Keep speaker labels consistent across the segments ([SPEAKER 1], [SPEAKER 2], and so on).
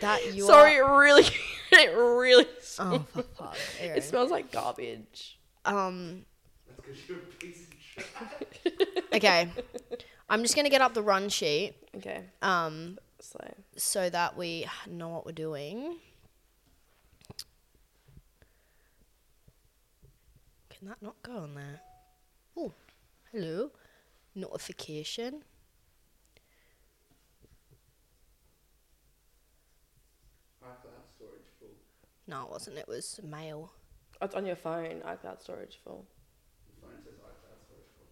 [SPEAKER 1] That you
[SPEAKER 2] Sorry,
[SPEAKER 1] are.
[SPEAKER 2] it really, it really.
[SPEAKER 1] Oh,
[SPEAKER 2] smells-
[SPEAKER 1] for fuck, Aaron.
[SPEAKER 2] it smells like garbage.
[SPEAKER 1] Um.
[SPEAKER 3] That's because you're a piece of shit.
[SPEAKER 1] Okay. I'm just gonna get up the run sheet.
[SPEAKER 2] Okay,
[SPEAKER 1] Um.
[SPEAKER 2] so
[SPEAKER 1] so that we know what we're doing. Can that not go on there? Oh, hello. Notification.
[SPEAKER 3] I have that storage full.
[SPEAKER 1] No, it wasn't. It was mail.
[SPEAKER 2] it's on your phone. iCloud storage full.
[SPEAKER 3] The phone says iCloud storage full.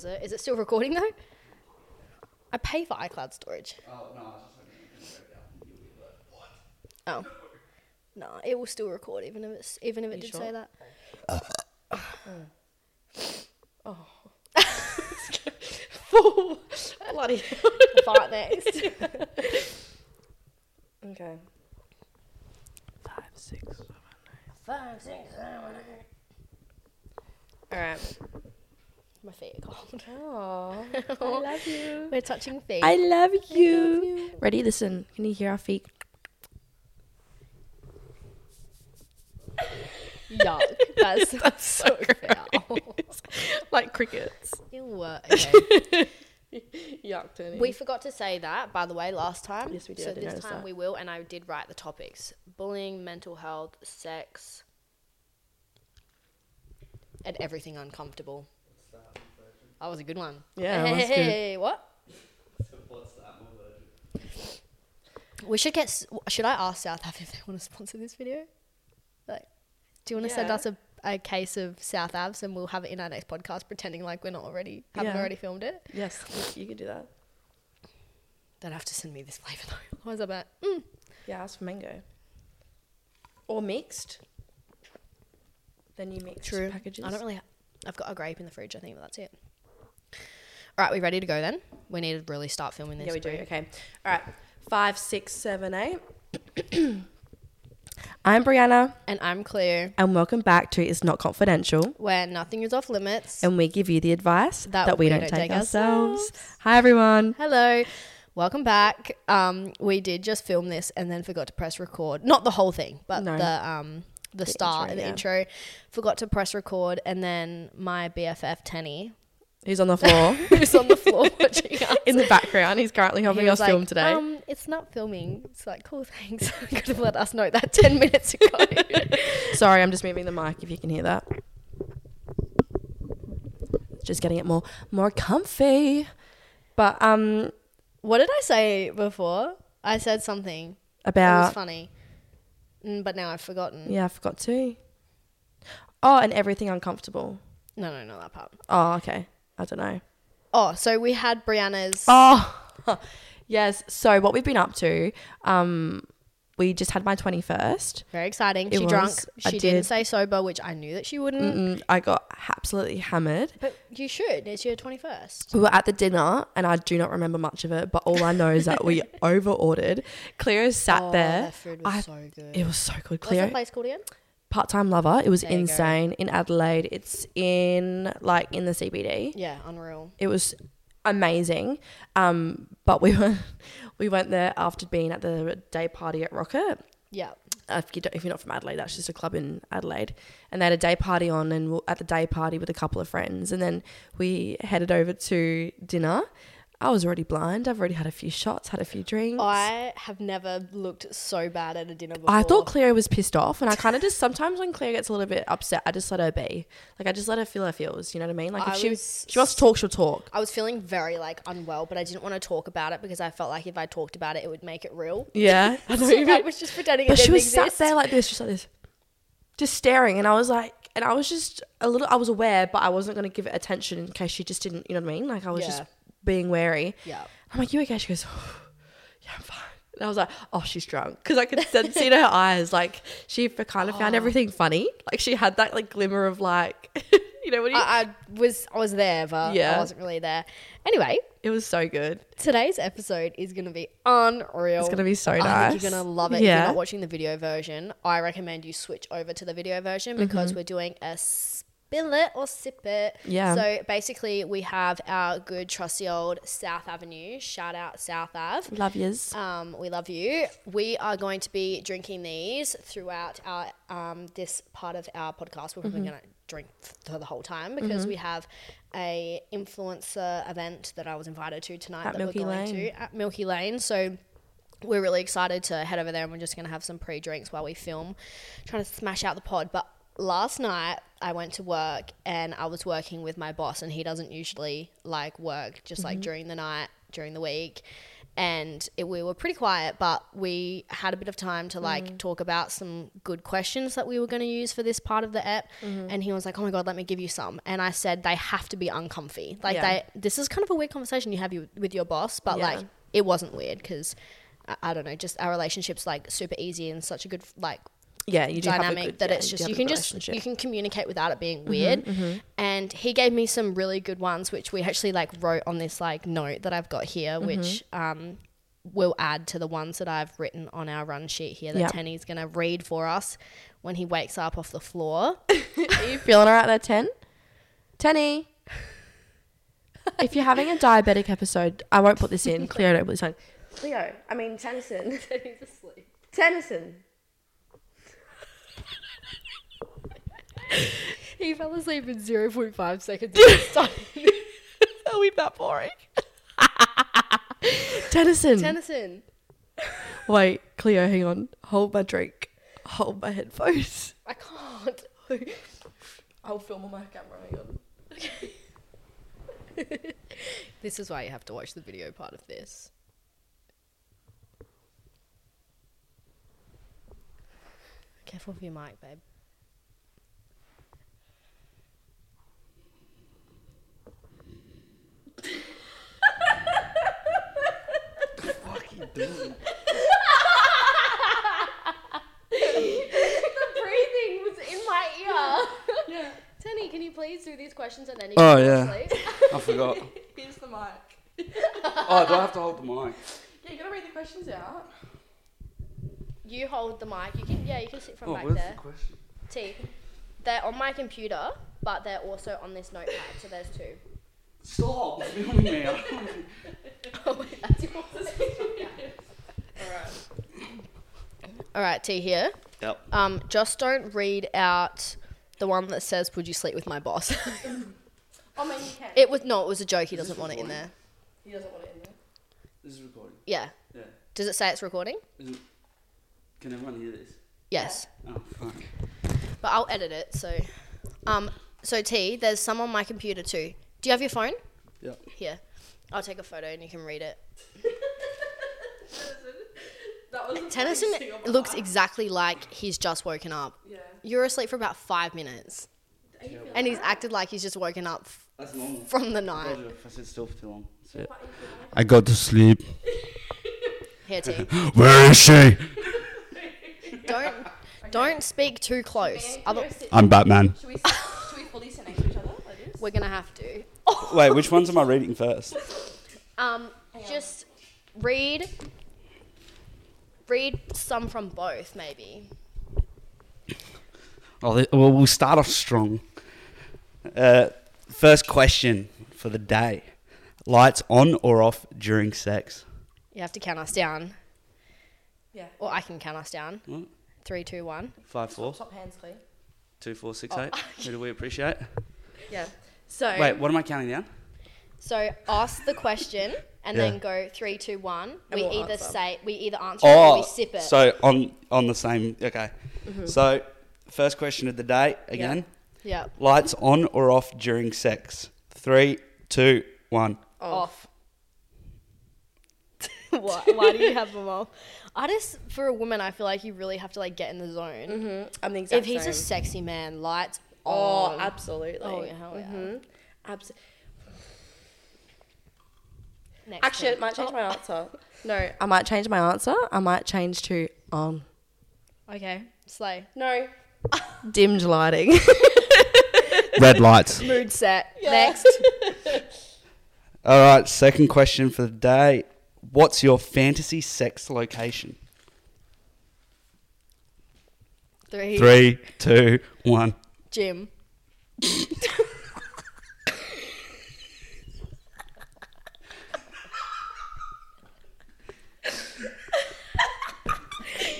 [SPEAKER 1] Does it? Is it still recording though? I pay for iCloud storage.
[SPEAKER 3] Oh, no, I was just hoping it can break out and you'll be like, what?
[SPEAKER 1] Oh, no, it will still record even if it's even if it
[SPEAKER 2] You
[SPEAKER 1] did
[SPEAKER 2] sure?
[SPEAKER 1] say that.
[SPEAKER 2] Oh. full. Bloody.
[SPEAKER 1] Fart next.
[SPEAKER 2] Okay. Five, six, seven, eight.
[SPEAKER 1] Five, six, seven, eight.
[SPEAKER 2] All right.
[SPEAKER 1] My feet are cold.
[SPEAKER 2] Oh, I love you.
[SPEAKER 1] We're touching feet.
[SPEAKER 2] I love you.
[SPEAKER 1] you.
[SPEAKER 2] Ready? Listen. Can you hear our feet?
[SPEAKER 1] Yuck. That's, That's so foul.
[SPEAKER 2] like crickets.
[SPEAKER 1] Ew, uh, okay.
[SPEAKER 2] Yuck, Tony.
[SPEAKER 1] we forgot to say that, by the way, last time.
[SPEAKER 2] Yes, we did.
[SPEAKER 1] So
[SPEAKER 2] I did
[SPEAKER 1] this
[SPEAKER 2] notice
[SPEAKER 1] time
[SPEAKER 2] that.
[SPEAKER 1] we will, and I did write the topics: bullying, mental health, sex, and everything uncomfortable.
[SPEAKER 3] What's that on virgin?
[SPEAKER 1] That was a good one.
[SPEAKER 2] Yeah,
[SPEAKER 1] Hey,
[SPEAKER 2] that was
[SPEAKER 1] hey, hey, what?
[SPEAKER 3] So what's that on virgin?
[SPEAKER 1] We should get. s- Should I ask South App if they want to sponsor this video? Like, do you want to send
[SPEAKER 2] Yeah.
[SPEAKER 1] us a, a case of South Abs and we'll have it in our next podcast, pretending like we're not already haven't
[SPEAKER 2] Yeah.
[SPEAKER 1] already filmed it?
[SPEAKER 2] yes, you could do that.
[SPEAKER 1] They'd have to send me this flavor though. Otherwise, I'm like, mm,
[SPEAKER 2] Yeah, ask for mango. Or mixed. Then you mix
[SPEAKER 1] True.
[SPEAKER 2] packages.
[SPEAKER 1] I don't really. I've got a grape in the fridge, I think, but that's it. All right, we ready to go then? We need to really start filming this.
[SPEAKER 2] Yeah, we do.
[SPEAKER 1] bro.
[SPEAKER 2] Okay. All right. Five, six, seven, eight. I'm Brianna,
[SPEAKER 1] And I'm clear
[SPEAKER 2] and welcome back to It's Not Confidential,
[SPEAKER 1] where nothing is off limits.
[SPEAKER 2] and we give you the advice
[SPEAKER 1] That
[SPEAKER 2] that, we, don't, take, ourselves. Hi, everyone.
[SPEAKER 1] Hello, welcome back. Um, we did just film this and then forgot to press record. Not the whole thing, but
[SPEAKER 2] No.
[SPEAKER 1] the um the, start
[SPEAKER 2] intro,
[SPEAKER 1] and the
[SPEAKER 2] yeah.
[SPEAKER 1] intro. Forgot to press record, and then my BFF Tenny,
[SPEAKER 2] Who's on the floor?
[SPEAKER 1] who's on the floor watching us,
[SPEAKER 2] In the background, he's currently
[SPEAKER 1] He
[SPEAKER 2] helping
[SPEAKER 1] was
[SPEAKER 2] us
[SPEAKER 1] like,
[SPEAKER 2] film today.
[SPEAKER 1] Um, it's not filming. It's like, cool, thanks. you could have let us know that 10 minutes ago.
[SPEAKER 2] Sorry, I'm just moving the mic if you can hear that. Just getting it more more comfy. But um
[SPEAKER 1] what did I say before? I said something. It was
[SPEAKER 2] about
[SPEAKER 1] funny. Mm, but now I've forgotten.
[SPEAKER 2] Yeah, I forgot to. Oh, and everything uncomfortable.
[SPEAKER 1] No, no, not that part.
[SPEAKER 2] Oh, okay. I don't know.
[SPEAKER 1] Oh, so we had Brianna's.
[SPEAKER 2] Oh, yes. So what we've been up to, um, we just had my twenty first.
[SPEAKER 1] Very exciting.
[SPEAKER 2] It
[SPEAKER 1] she drunk.
[SPEAKER 2] was.
[SPEAKER 1] She
[SPEAKER 2] I
[SPEAKER 1] did. not
[SPEAKER 2] did.
[SPEAKER 1] say sober, which I knew that she wouldn't.
[SPEAKER 2] Mm, I got absolutely hammered.
[SPEAKER 1] But you should. It's your 21st.
[SPEAKER 2] We were at the dinner, and I do not remember much of it. But all I know is that we over ordered. Cleo sat
[SPEAKER 1] oh,
[SPEAKER 2] there.
[SPEAKER 1] That food was
[SPEAKER 2] I-
[SPEAKER 1] so good.
[SPEAKER 2] It was so good,
[SPEAKER 1] What's the
[SPEAKER 2] Cleo.
[SPEAKER 1] place called again?
[SPEAKER 2] Part time lover. It was
[SPEAKER 1] There you go.
[SPEAKER 2] insane in Adelaide. It's in like in the CBD.
[SPEAKER 1] Yeah, Unreal.
[SPEAKER 2] It was amazing. Um, but we were we went there after being at the day party at Rocket.
[SPEAKER 1] Yeah.
[SPEAKER 2] Uh, If, you don't, if you're not from Adelaide, that's just a club in Adelaide. And they had a day party on, and we at the day party with a couple of friends, and then we headed over to dinner. I was already blind. I've already had a few shots, had a few drinks.
[SPEAKER 1] I have never looked so bad at a dinner before.
[SPEAKER 2] I thought Cleo was pissed off, and I kind of just sometimes when Cleo gets a little bit upset, I just let her be. Like I just let her feel her feels. You know what I mean? Like if
[SPEAKER 1] I
[SPEAKER 2] she
[SPEAKER 1] was
[SPEAKER 2] she wants to talk, she'll talk.
[SPEAKER 1] I was feeling very like unwell, but I didn't want to talk about it because I felt like if I talked about it, it would make it real.
[SPEAKER 2] Yeah, I
[SPEAKER 1] So
[SPEAKER 2] know you
[SPEAKER 1] I was just pretending.
[SPEAKER 2] But
[SPEAKER 1] it
[SPEAKER 2] she
[SPEAKER 1] didn't
[SPEAKER 2] was sat
[SPEAKER 1] exist.
[SPEAKER 2] there like this, just like this, just staring. And I was like, and I was just a little, I was aware, but I wasn't going to give it attention in case she just didn't, you know what I mean? Like I was just
[SPEAKER 1] Yeah.
[SPEAKER 2] being wary.
[SPEAKER 1] Yeah.
[SPEAKER 2] I'm like, you okay? She goes, "Oh, yeah, I'm fine. And I was like, oh, she's drunk. Because I could sense it in her eyes. Like she f- kind of found everything funny. Like she had that like glimmer of like, you know, what you,
[SPEAKER 1] I, I was I was there, but I
[SPEAKER 2] Yeah.
[SPEAKER 1] wasn't really there. Anyway,
[SPEAKER 2] it was so good.
[SPEAKER 1] today's episode is gonna be unreal.
[SPEAKER 2] It's going to be so nice.
[SPEAKER 1] I think you're gonna love it. If you're
[SPEAKER 2] Yeah. Mm-hmm.
[SPEAKER 1] not watching the video version, I recommend you switch over to the video version because we're doing a bill it or sip it.
[SPEAKER 2] Yeah.
[SPEAKER 1] So basically, we have our good trusty old South Avenue. Shout out South Ave.
[SPEAKER 2] Love yous.
[SPEAKER 1] Um, we love you. We are going to be drinking these throughout our um, this part of our podcast. We're probably
[SPEAKER 2] Mm-hmm.
[SPEAKER 1] going to drink for the whole time because we have a influencer event that I was invited to tonight
[SPEAKER 2] At
[SPEAKER 1] that
[SPEAKER 2] Milky
[SPEAKER 1] we're going
[SPEAKER 2] Lane.
[SPEAKER 1] to at Milky Lane. So we're really excited to head over there and we're just going to have some pre-drinks while we film trying to smash out the pod but last night i went to work and i was working with my boss and he doesn't usually like work just like during the night during the week and it, we were pretty quiet but we had a bit of time to like talk about some good questions that we were going to use for this part of the app and he was like oh my god let me give you some and i said they have to be uncomfy like
[SPEAKER 2] Yeah.
[SPEAKER 1] they this is kind of a weird conversation you have you, with your boss but
[SPEAKER 2] Yeah.
[SPEAKER 1] like it wasn't weird because I, I don't know, just our relationship's like super easy and such a good like
[SPEAKER 2] yeah, you do have
[SPEAKER 1] dynamic
[SPEAKER 2] a good,
[SPEAKER 1] that
[SPEAKER 2] yeah,
[SPEAKER 1] it's
[SPEAKER 2] do
[SPEAKER 1] just
[SPEAKER 2] have
[SPEAKER 1] you
[SPEAKER 2] a
[SPEAKER 1] can
[SPEAKER 2] good
[SPEAKER 1] just
[SPEAKER 2] relationship. Mm-hmm,
[SPEAKER 1] you can communicate without it being weird. And he gave me some really good ones, which we actually like wrote on this like note that I've got here,
[SPEAKER 2] Mm-hmm.
[SPEAKER 1] which um will add to the ones that I've written on our run sheet here that
[SPEAKER 2] Yep.
[SPEAKER 1] Tenny's gonna read for us when he wakes up off the floor.
[SPEAKER 2] Are you feeling all right there, Ten? Tenny. if you're having a diabetic episode, I won't put this in. Cleo, don't put this on. Cleo, I mean Tennyson.
[SPEAKER 1] Tenny's asleep.
[SPEAKER 2] Tennyson.
[SPEAKER 1] He fell asleep in zero point five seconds. and started-
[SPEAKER 2] Are we that boring? Tennyson.
[SPEAKER 1] Tennyson.
[SPEAKER 2] Wait, Cleo, hang on. Hold my drink. Hold my headphones.
[SPEAKER 1] I can't.
[SPEAKER 2] I'll film on my camera. Hang on.
[SPEAKER 1] This is why you have to watch the video part of this. Careful with your mic, babe.
[SPEAKER 3] Fucking doing.
[SPEAKER 1] The breathing was in my ear. yeah. Tenny, can you please do these questions and then you
[SPEAKER 3] Oh,
[SPEAKER 1] can
[SPEAKER 3] yeah.
[SPEAKER 1] sleep?
[SPEAKER 3] I forgot.
[SPEAKER 2] Here's the mic.
[SPEAKER 3] Oh, do I have to hold the mic?
[SPEAKER 2] Yeah, you gotta read the questions out.
[SPEAKER 1] You hold the mic. You can yeah, you can sit from
[SPEAKER 3] Oh,
[SPEAKER 1] back
[SPEAKER 3] where's
[SPEAKER 1] there.
[SPEAKER 3] the question?
[SPEAKER 1] T. They're on my computer, but they're also on this notepad, so there's two.
[SPEAKER 3] Stop filming me. I don't-
[SPEAKER 1] Alright, T here.
[SPEAKER 3] yep.
[SPEAKER 1] Um, just don't read out the one that says, Would you sleep with my boss?
[SPEAKER 2] Oh, man, you can.
[SPEAKER 1] It was no, it was a joke. He doesn't
[SPEAKER 3] this
[SPEAKER 1] want it in there.
[SPEAKER 2] He doesn't want it in there.
[SPEAKER 3] This is recording.
[SPEAKER 1] Yeah.
[SPEAKER 3] Yeah.
[SPEAKER 1] Does it say it's recording?
[SPEAKER 3] Is it- Can everyone hear this?
[SPEAKER 1] Yes.
[SPEAKER 3] Oh, fuck.
[SPEAKER 1] But I'll edit it. So, um, so T, there's some on my computer too. Do you have your phone?
[SPEAKER 3] Yep.
[SPEAKER 1] Here, I'll take a photo and you can read it.
[SPEAKER 2] That was the
[SPEAKER 1] Tennyson
[SPEAKER 2] funniest thing on my
[SPEAKER 1] looks
[SPEAKER 2] life.
[SPEAKER 1] exactly like he's just woken up.
[SPEAKER 2] Yeah.
[SPEAKER 1] You're asleep for about five minutes,
[SPEAKER 2] Are you feeling
[SPEAKER 1] and he's acted like he's just woken up f-
[SPEAKER 3] That's normal.
[SPEAKER 1] from the
[SPEAKER 3] I
[SPEAKER 1] night.
[SPEAKER 3] told you if I sit still for too long. That's it.
[SPEAKER 2] Are you feeling okay?
[SPEAKER 3] I got to sleep.
[SPEAKER 1] Here, T,
[SPEAKER 3] Where is she?
[SPEAKER 1] don't don't speak too close.
[SPEAKER 2] Can you
[SPEAKER 1] Other-
[SPEAKER 2] sit-
[SPEAKER 3] I'm Batman.
[SPEAKER 2] Should we, sit- should we fully sit next to each other like this?
[SPEAKER 1] we're gonna have to.
[SPEAKER 3] Wait, which ones am I reading first?
[SPEAKER 1] Um,
[SPEAKER 2] on.
[SPEAKER 1] just read, read some from both, maybe.
[SPEAKER 3] Oh, th- well, we'll start off strong. Uh, first question for the day: Lights on or off during sex?
[SPEAKER 1] You have to count us down,
[SPEAKER 2] Yeah.
[SPEAKER 1] or I can count us down.
[SPEAKER 3] Mm.
[SPEAKER 1] Three, two, one.
[SPEAKER 3] Five, four,
[SPEAKER 2] Top hands, please.
[SPEAKER 3] two, four,
[SPEAKER 1] Oh.
[SPEAKER 3] six, eight. Who do we appreciate?
[SPEAKER 2] Yeah.
[SPEAKER 1] Um,
[SPEAKER 2] So.
[SPEAKER 3] Wait, what am I counting down?
[SPEAKER 1] So ask the question and
[SPEAKER 3] Yeah.
[SPEAKER 1] then go three, two, one.
[SPEAKER 2] And
[SPEAKER 1] We
[SPEAKER 2] we'll
[SPEAKER 1] either
[SPEAKER 2] answer.
[SPEAKER 1] say we either answer it or
[SPEAKER 3] Oh,
[SPEAKER 1] we sip it. Mm-hmm.
[SPEAKER 3] so on on the same. Okay. So, first question of the day again:
[SPEAKER 1] yeah,
[SPEAKER 3] Lights on or off during sex? Three, two, one.
[SPEAKER 1] off. Why Why do you have them off? I just, for a woman, I feel like you really have to like get in the zone.
[SPEAKER 2] I'm the exact
[SPEAKER 1] If he's
[SPEAKER 2] same.
[SPEAKER 1] a sexy man, lights
[SPEAKER 2] Oh,
[SPEAKER 1] on.
[SPEAKER 2] absolutely.
[SPEAKER 1] Oh, yeah, hell yeah.
[SPEAKER 2] Abso-
[SPEAKER 1] Next
[SPEAKER 2] Actually, I
[SPEAKER 1] one.
[SPEAKER 2] might change my answer. No, I might change my answer. I might change to um, on.
[SPEAKER 1] Okay, slay.
[SPEAKER 2] No. Dimmed lighting.
[SPEAKER 3] Red lights.
[SPEAKER 1] Mood set. Next.
[SPEAKER 3] All right. Second question for the day: What's your fantasy sex location?
[SPEAKER 1] Three.
[SPEAKER 3] Three, two, one.
[SPEAKER 1] Gym.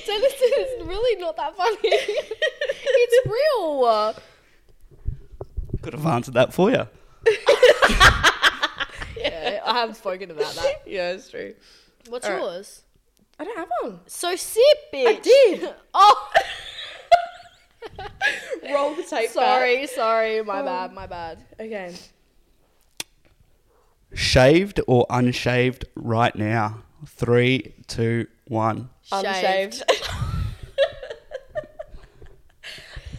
[SPEAKER 1] So this is really not that funny. it's real.
[SPEAKER 3] Could have answered that for you.
[SPEAKER 1] Yeah, I haven't spoken about that.
[SPEAKER 2] yeah, it's true.
[SPEAKER 1] What's
[SPEAKER 2] Alright.
[SPEAKER 1] yours?
[SPEAKER 2] I don't have one.
[SPEAKER 1] So sip, bitch.
[SPEAKER 2] I did.
[SPEAKER 1] Oh,
[SPEAKER 2] Roll the tape. Oh.
[SPEAKER 1] sorry, sorry. My bad, my bad.
[SPEAKER 2] Okay.
[SPEAKER 3] Shaved or unshaved right now? Three, two, one.
[SPEAKER 2] Unshaved.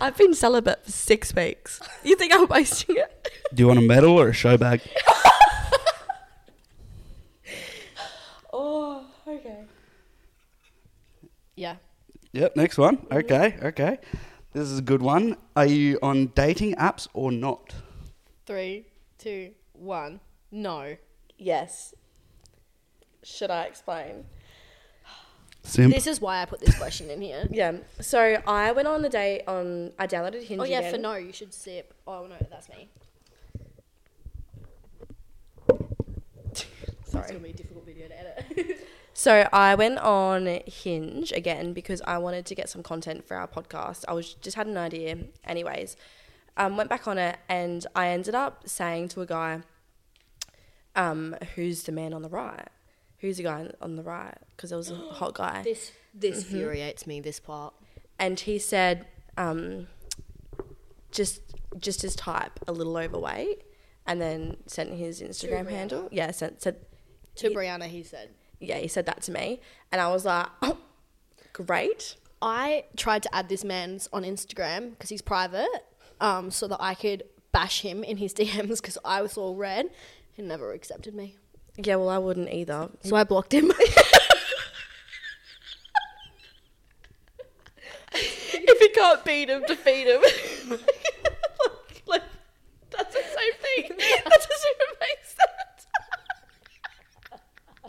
[SPEAKER 2] I've been celibate for six weeks. You think I'm wasting it?
[SPEAKER 3] Do you want a medal or a show bag?
[SPEAKER 2] Oh, okay.
[SPEAKER 1] Yeah.
[SPEAKER 3] Yep, next one. Okay, okay. This is a good one. Are you on dating apps or not?
[SPEAKER 1] Three, two, one. No.
[SPEAKER 2] Yes. Should I explain?
[SPEAKER 3] Simp.
[SPEAKER 1] This is why I put this question in here.
[SPEAKER 2] Yeah. So I went on a date on. I downloaded Hinge.
[SPEAKER 1] Oh yeah,
[SPEAKER 2] again.
[SPEAKER 1] for no, you should sip. Oh no, that's me. Sorry. It's gonna be a difficult video to edit.
[SPEAKER 2] So I went on Hinge again because I wanted to get some content for our podcast. I was just had an idea, anyways. Um, went back on it and I ended up saying to a guy, um, "Who's the man on the right? Who's the guy on the right?" Because there was a hot guy.
[SPEAKER 1] this this infuriates me. This part.
[SPEAKER 2] and he said um, just just his type a little overweight and then sent his instagram
[SPEAKER 1] Brianna.
[SPEAKER 2] handle yeah sent, said
[SPEAKER 1] To Brianna, he said.
[SPEAKER 2] yeah he said that to me and i was like oh, great
[SPEAKER 1] I tried to add this man's on Instagram because he's private, um, so that I could bash him in his DMs because I was all red. He never accepted me,
[SPEAKER 2] yeah well i wouldn't either
[SPEAKER 1] so I blocked him.
[SPEAKER 2] if he can't beat him defeat him like, like, that's the same thing that doesn't make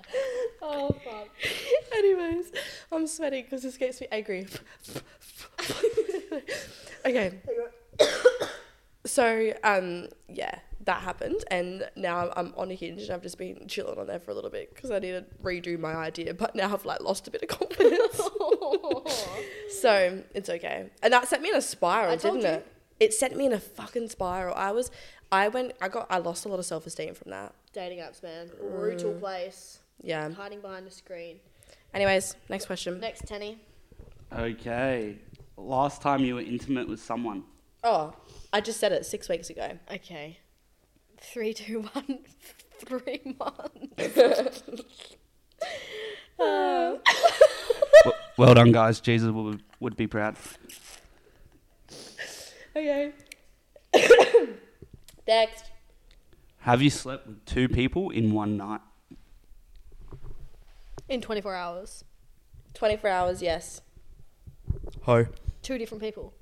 [SPEAKER 2] sense
[SPEAKER 1] oh fuck!
[SPEAKER 2] Anyways, I'm sweating because this gets me angry. okay. so, um, yeah, that happened, and now I'm on a hinge, and I've just been chilling on there for a little bit because I need to redo my idea, but now I've like lost a bit of confidence. so it's okay, and that sent me in a spiral,
[SPEAKER 1] I told
[SPEAKER 2] didn't
[SPEAKER 1] you.
[SPEAKER 2] it? It sent me in a fucking spiral. I was, I went, I got, I lost a lot of self esteem from that.
[SPEAKER 1] Dating apps, man. Brutal
[SPEAKER 2] Mm.
[SPEAKER 1] place.
[SPEAKER 2] Yeah.
[SPEAKER 1] Hiding behind a screen.
[SPEAKER 2] Anyways, next question.
[SPEAKER 1] Next, Tenny.
[SPEAKER 3] Okay. Last time you were intimate with someone.
[SPEAKER 2] Oh, I just said it six weeks ago.
[SPEAKER 1] Okay. Three, two, one. Three months.
[SPEAKER 3] well done, guys. Jesus would, would be proud.
[SPEAKER 2] Okay. Next.
[SPEAKER 3] Have you slept with two people in one night?
[SPEAKER 1] In 24 hours.
[SPEAKER 2] 24 hours, yes.
[SPEAKER 3] Ho.
[SPEAKER 1] Two different people.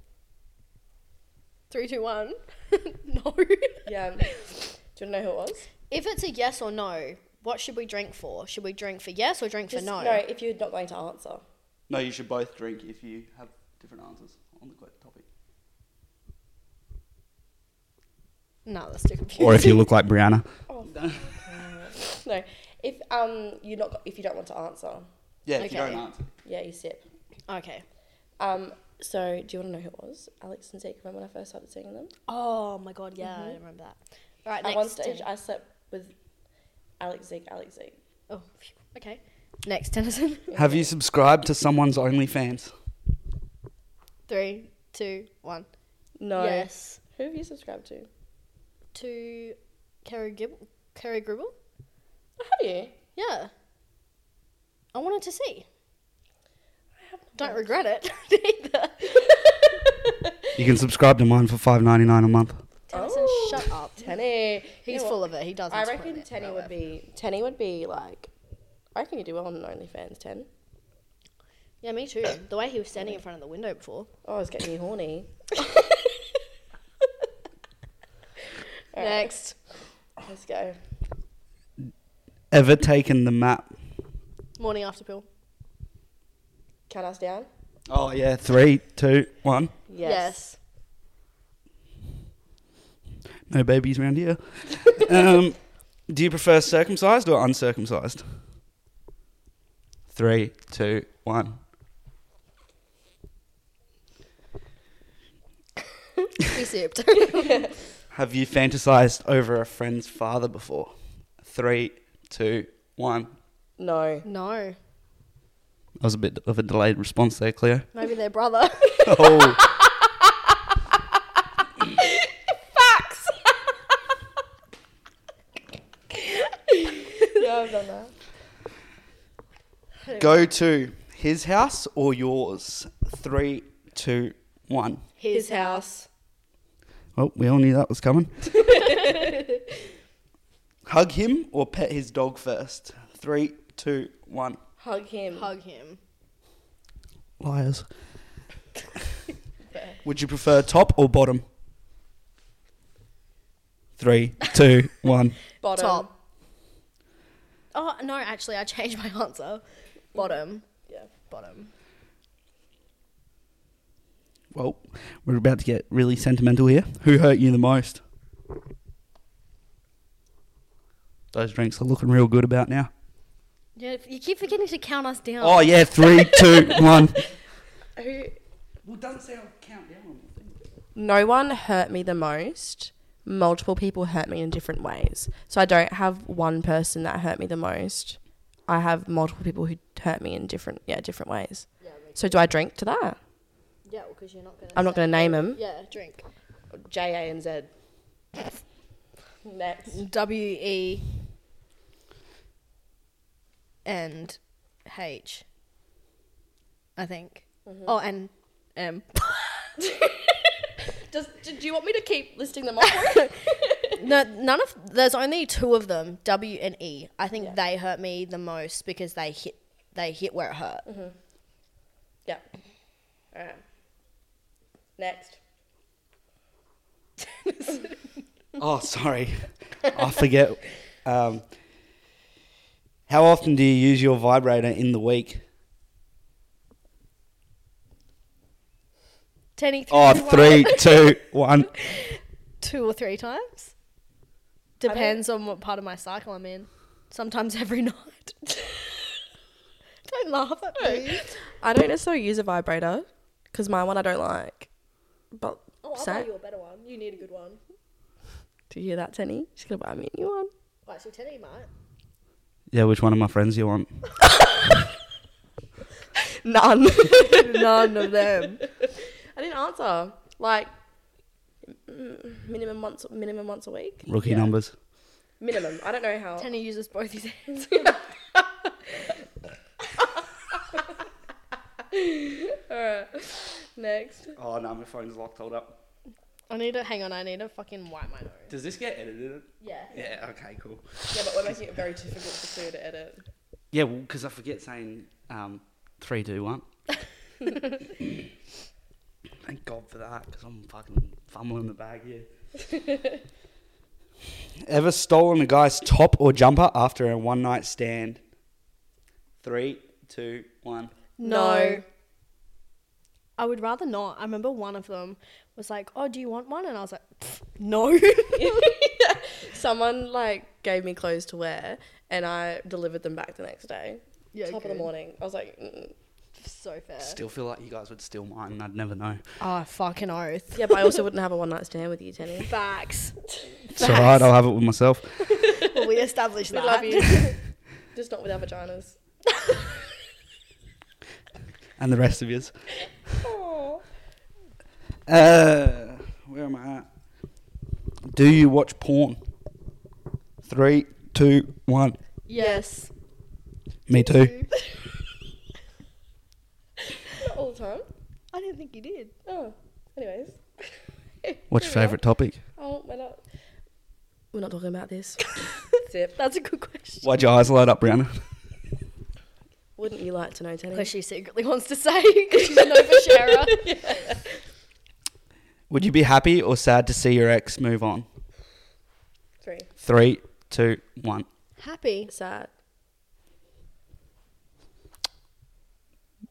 [SPEAKER 1] Three, two, one. no.
[SPEAKER 2] Yeah. Do you want to know who it was?
[SPEAKER 1] If it's a yes or no, what should we drink for? Should we drink for yes or drink
[SPEAKER 2] Just,
[SPEAKER 1] for no?
[SPEAKER 2] No, if you're not going to answer.
[SPEAKER 3] No, you should both drink if you have different answers on the topic.
[SPEAKER 1] No, that's too confusing.
[SPEAKER 3] Or if you look like Brianna.
[SPEAKER 2] No. If um you're not if you don't want to answer.
[SPEAKER 3] Yeah,
[SPEAKER 1] if you Okay. don't
[SPEAKER 3] answer.
[SPEAKER 2] Yeah, you sip.
[SPEAKER 1] Okay.
[SPEAKER 2] Um so do you want to know who it was? Alex and Zeke, remember when I first started seeing them?
[SPEAKER 1] Oh my god, yeah, I remember that. All right,
[SPEAKER 2] At one
[SPEAKER 1] next.
[SPEAKER 2] stage
[SPEAKER 1] Tenny.
[SPEAKER 2] I slept with Alex Zeke, Alex Zeke.
[SPEAKER 1] Oh, phew. okay. Next, Tennyson.
[SPEAKER 3] Have you subscribed to someone's OnlyFans?
[SPEAKER 1] Three, two, one.
[SPEAKER 2] No.
[SPEAKER 1] Yes.
[SPEAKER 2] Who have you subscribed to?
[SPEAKER 1] To Kerry Gibble. Kerry Gribble?
[SPEAKER 2] Oh, Have you?
[SPEAKER 1] Yeah. I wanted to see.
[SPEAKER 2] I have
[SPEAKER 1] Don't regret it either.
[SPEAKER 3] You can subscribe to mine for five ninety nine a month.
[SPEAKER 1] Tennyson,
[SPEAKER 2] Oh.
[SPEAKER 1] shut up.
[SPEAKER 2] Tenny.
[SPEAKER 1] He's
[SPEAKER 2] full of.
[SPEAKER 1] full of it. He doesn't.
[SPEAKER 2] I
[SPEAKER 1] support
[SPEAKER 2] reckon
[SPEAKER 1] it,
[SPEAKER 2] Tenny
[SPEAKER 1] no
[SPEAKER 2] would
[SPEAKER 1] way.
[SPEAKER 2] be Tenny would be like I reckon you do well on OnlyFans, Ten.
[SPEAKER 1] Yeah, me too. The way he was standing in front of the window before.
[SPEAKER 2] Oh, it's getting me horny. All right,
[SPEAKER 1] Next.
[SPEAKER 2] let's go.
[SPEAKER 3] Ever taken the map?
[SPEAKER 1] Morning after pill.
[SPEAKER 2] Count us down.
[SPEAKER 3] Oh yeah, three, two, one.
[SPEAKER 1] Yes.
[SPEAKER 3] No babies around here. um, do you prefer circumcised or uncircumcised? Three, two, one.
[SPEAKER 1] We sipped.
[SPEAKER 3] Have you fantasized over a friend's father before? Three, two, one.
[SPEAKER 2] No.
[SPEAKER 1] no,
[SPEAKER 3] That was a bit of a delayed response there, Cleo.
[SPEAKER 1] maybe their brother.
[SPEAKER 3] Oh.
[SPEAKER 2] Yeah, I've done that.
[SPEAKER 3] Go to his house or yours? Three, two, one.
[SPEAKER 2] His house.
[SPEAKER 3] Oh, we all knew that was coming. Hug him or pet his dog first? Three, two, one.
[SPEAKER 2] Hug him.
[SPEAKER 1] Hug him.
[SPEAKER 3] Liars. Would you prefer top or bottom? Three, two, one.
[SPEAKER 2] Bottom.
[SPEAKER 1] Top. Oh no, actually, I changed my answer. Bottom.
[SPEAKER 2] Yeah.
[SPEAKER 1] Bottom.
[SPEAKER 3] Well, we're about to get really sentimental here. Who hurt you the most? Those drinks are looking real good about now.
[SPEAKER 1] Yeah, if- you keep forgetting to count us down.
[SPEAKER 3] Oh yeah, three, two, one.
[SPEAKER 2] Who?
[SPEAKER 3] Well, doesn't say I'll count down.
[SPEAKER 2] No one hurt me the most. Multiple people hurt me in different ways. So I don't have one person that hurt me the most. I have multiple people who hurt me in different, yeah, different ways.
[SPEAKER 1] Yeah,
[SPEAKER 2] So do I drink to that?
[SPEAKER 1] yeah, because you're not gonna.
[SPEAKER 2] I'm not going to name them.
[SPEAKER 1] Yeah, drink.
[SPEAKER 2] J A and Z. Next.
[SPEAKER 1] W E and H. I think.
[SPEAKER 2] Mm-hmm.
[SPEAKER 1] Oh, and M.
[SPEAKER 2] Does, do you want me to keep listing them off?
[SPEAKER 1] no, none of there's only two of them, W and E. I think they hurt me the most because they hit they hit where it hurt.
[SPEAKER 2] yeah. All right. Next.
[SPEAKER 3] Oh, sorry. I forget. Um, how often do you use your vibrator in the week?
[SPEAKER 1] Tenny th-
[SPEAKER 3] Oh, three, two, one.
[SPEAKER 1] two or three times. Depends on what part of my cycle I'm in. Sometimes every night. Don't laugh at me.
[SPEAKER 2] I don't necessarily use a vibrator because my one I don't like. But Sa-
[SPEAKER 1] a better one. Oh, You need a good one.
[SPEAKER 2] do you hear that, Tenny? She's gonna buy me a new one.
[SPEAKER 1] Well, actually, Tenny might.
[SPEAKER 3] Yeah, which one of my friends you want?
[SPEAKER 2] None. None of them. I didn't answer. Like mm, minimum once, minimum once a week.
[SPEAKER 3] Rookie numbers.
[SPEAKER 2] Minimum. I don't know how.
[SPEAKER 1] Tenny Oh. uses both his hands.
[SPEAKER 2] Next.
[SPEAKER 3] Oh no, my phone's locked. Hold up.
[SPEAKER 1] I need to hang on. I need to fucking wipe my nose.
[SPEAKER 3] Does this get edited?
[SPEAKER 1] Yeah.
[SPEAKER 3] Yeah. Okay. Cool.
[SPEAKER 2] Yeah, but we're making it very difficult for Cleo to edit.
[SPEAKER 3] Yeah, well, because I forget saying um, three, two, one. Thank God for that, because I'm fucking fumbling the bag here. Ever stolen a guy's top or jumper after a one night stand? Three, two, one.
[SPEAKER 1] No.
[SPEAKER 2] No.
[SPEAKER 1] I would rather not. I remember one of them was like, "Oh, do you want one?" And I was like, "Pff, "No."
[SPEAKER 2] Someone like gave me clothes to wear, and I delivered them back the next day.
[SPEAKER 1] Yeah,
[SPEAKER 2] Top of
[SPEAKER 1] good.
[SPEAKER 2] the morning. I was like, mm.
[SPEAKER 1] so fair.
[SPEAKER 3] Still feel like you guys would steal mine, and I'd never know.
[SPEAKER 1] Oh, fucking oath.
[SPEAKER 2] yeah, but I also wouldn't have a one night stand with you, Tenny.
[SPEAKER 1] Facts.
[SPEAKER 3] It's all right, I'll have it with myself.
[SPEAKER 1] Well, we established
[SPEAKER 2] We
[SPEAKER 1] that.
[SPEAKER 2] love you. Just not with our vaginas.
[SPEAKER 3] And the rest of yours. Uh, where am I at? Do you watch porn? Three, two, one.
[SPEAKER 1] Yes.
[SPEAKER 3] Me too.
[SPEAKER 2] Not all the time.
[SPEAKER 1] I didn't think you did.
[SPEAKER 2] Oh, anyways.
[SPEAKER 3] What's your favourite topic?
[SPEAKER 2] Oh, we're not. We're not talking about this. Zip.
[SPEAKER 1] That's a good question.
[SPEAKER 3] Why'd your eyes light up, Brianna?
[SPEAKER 2] Wouldn't you like to know, Tenny?
[SPEAKER 1] Because she secretly wants to say because she's an oversharer.
[SPEAKER 3] Would you be happy or sad to see your ex move on?
[SPEAKER 2] Three.
[SPEAKER 3] Three, two, one.
[SPEAKER 1] Happy.
[SPEAKER 2] Sad.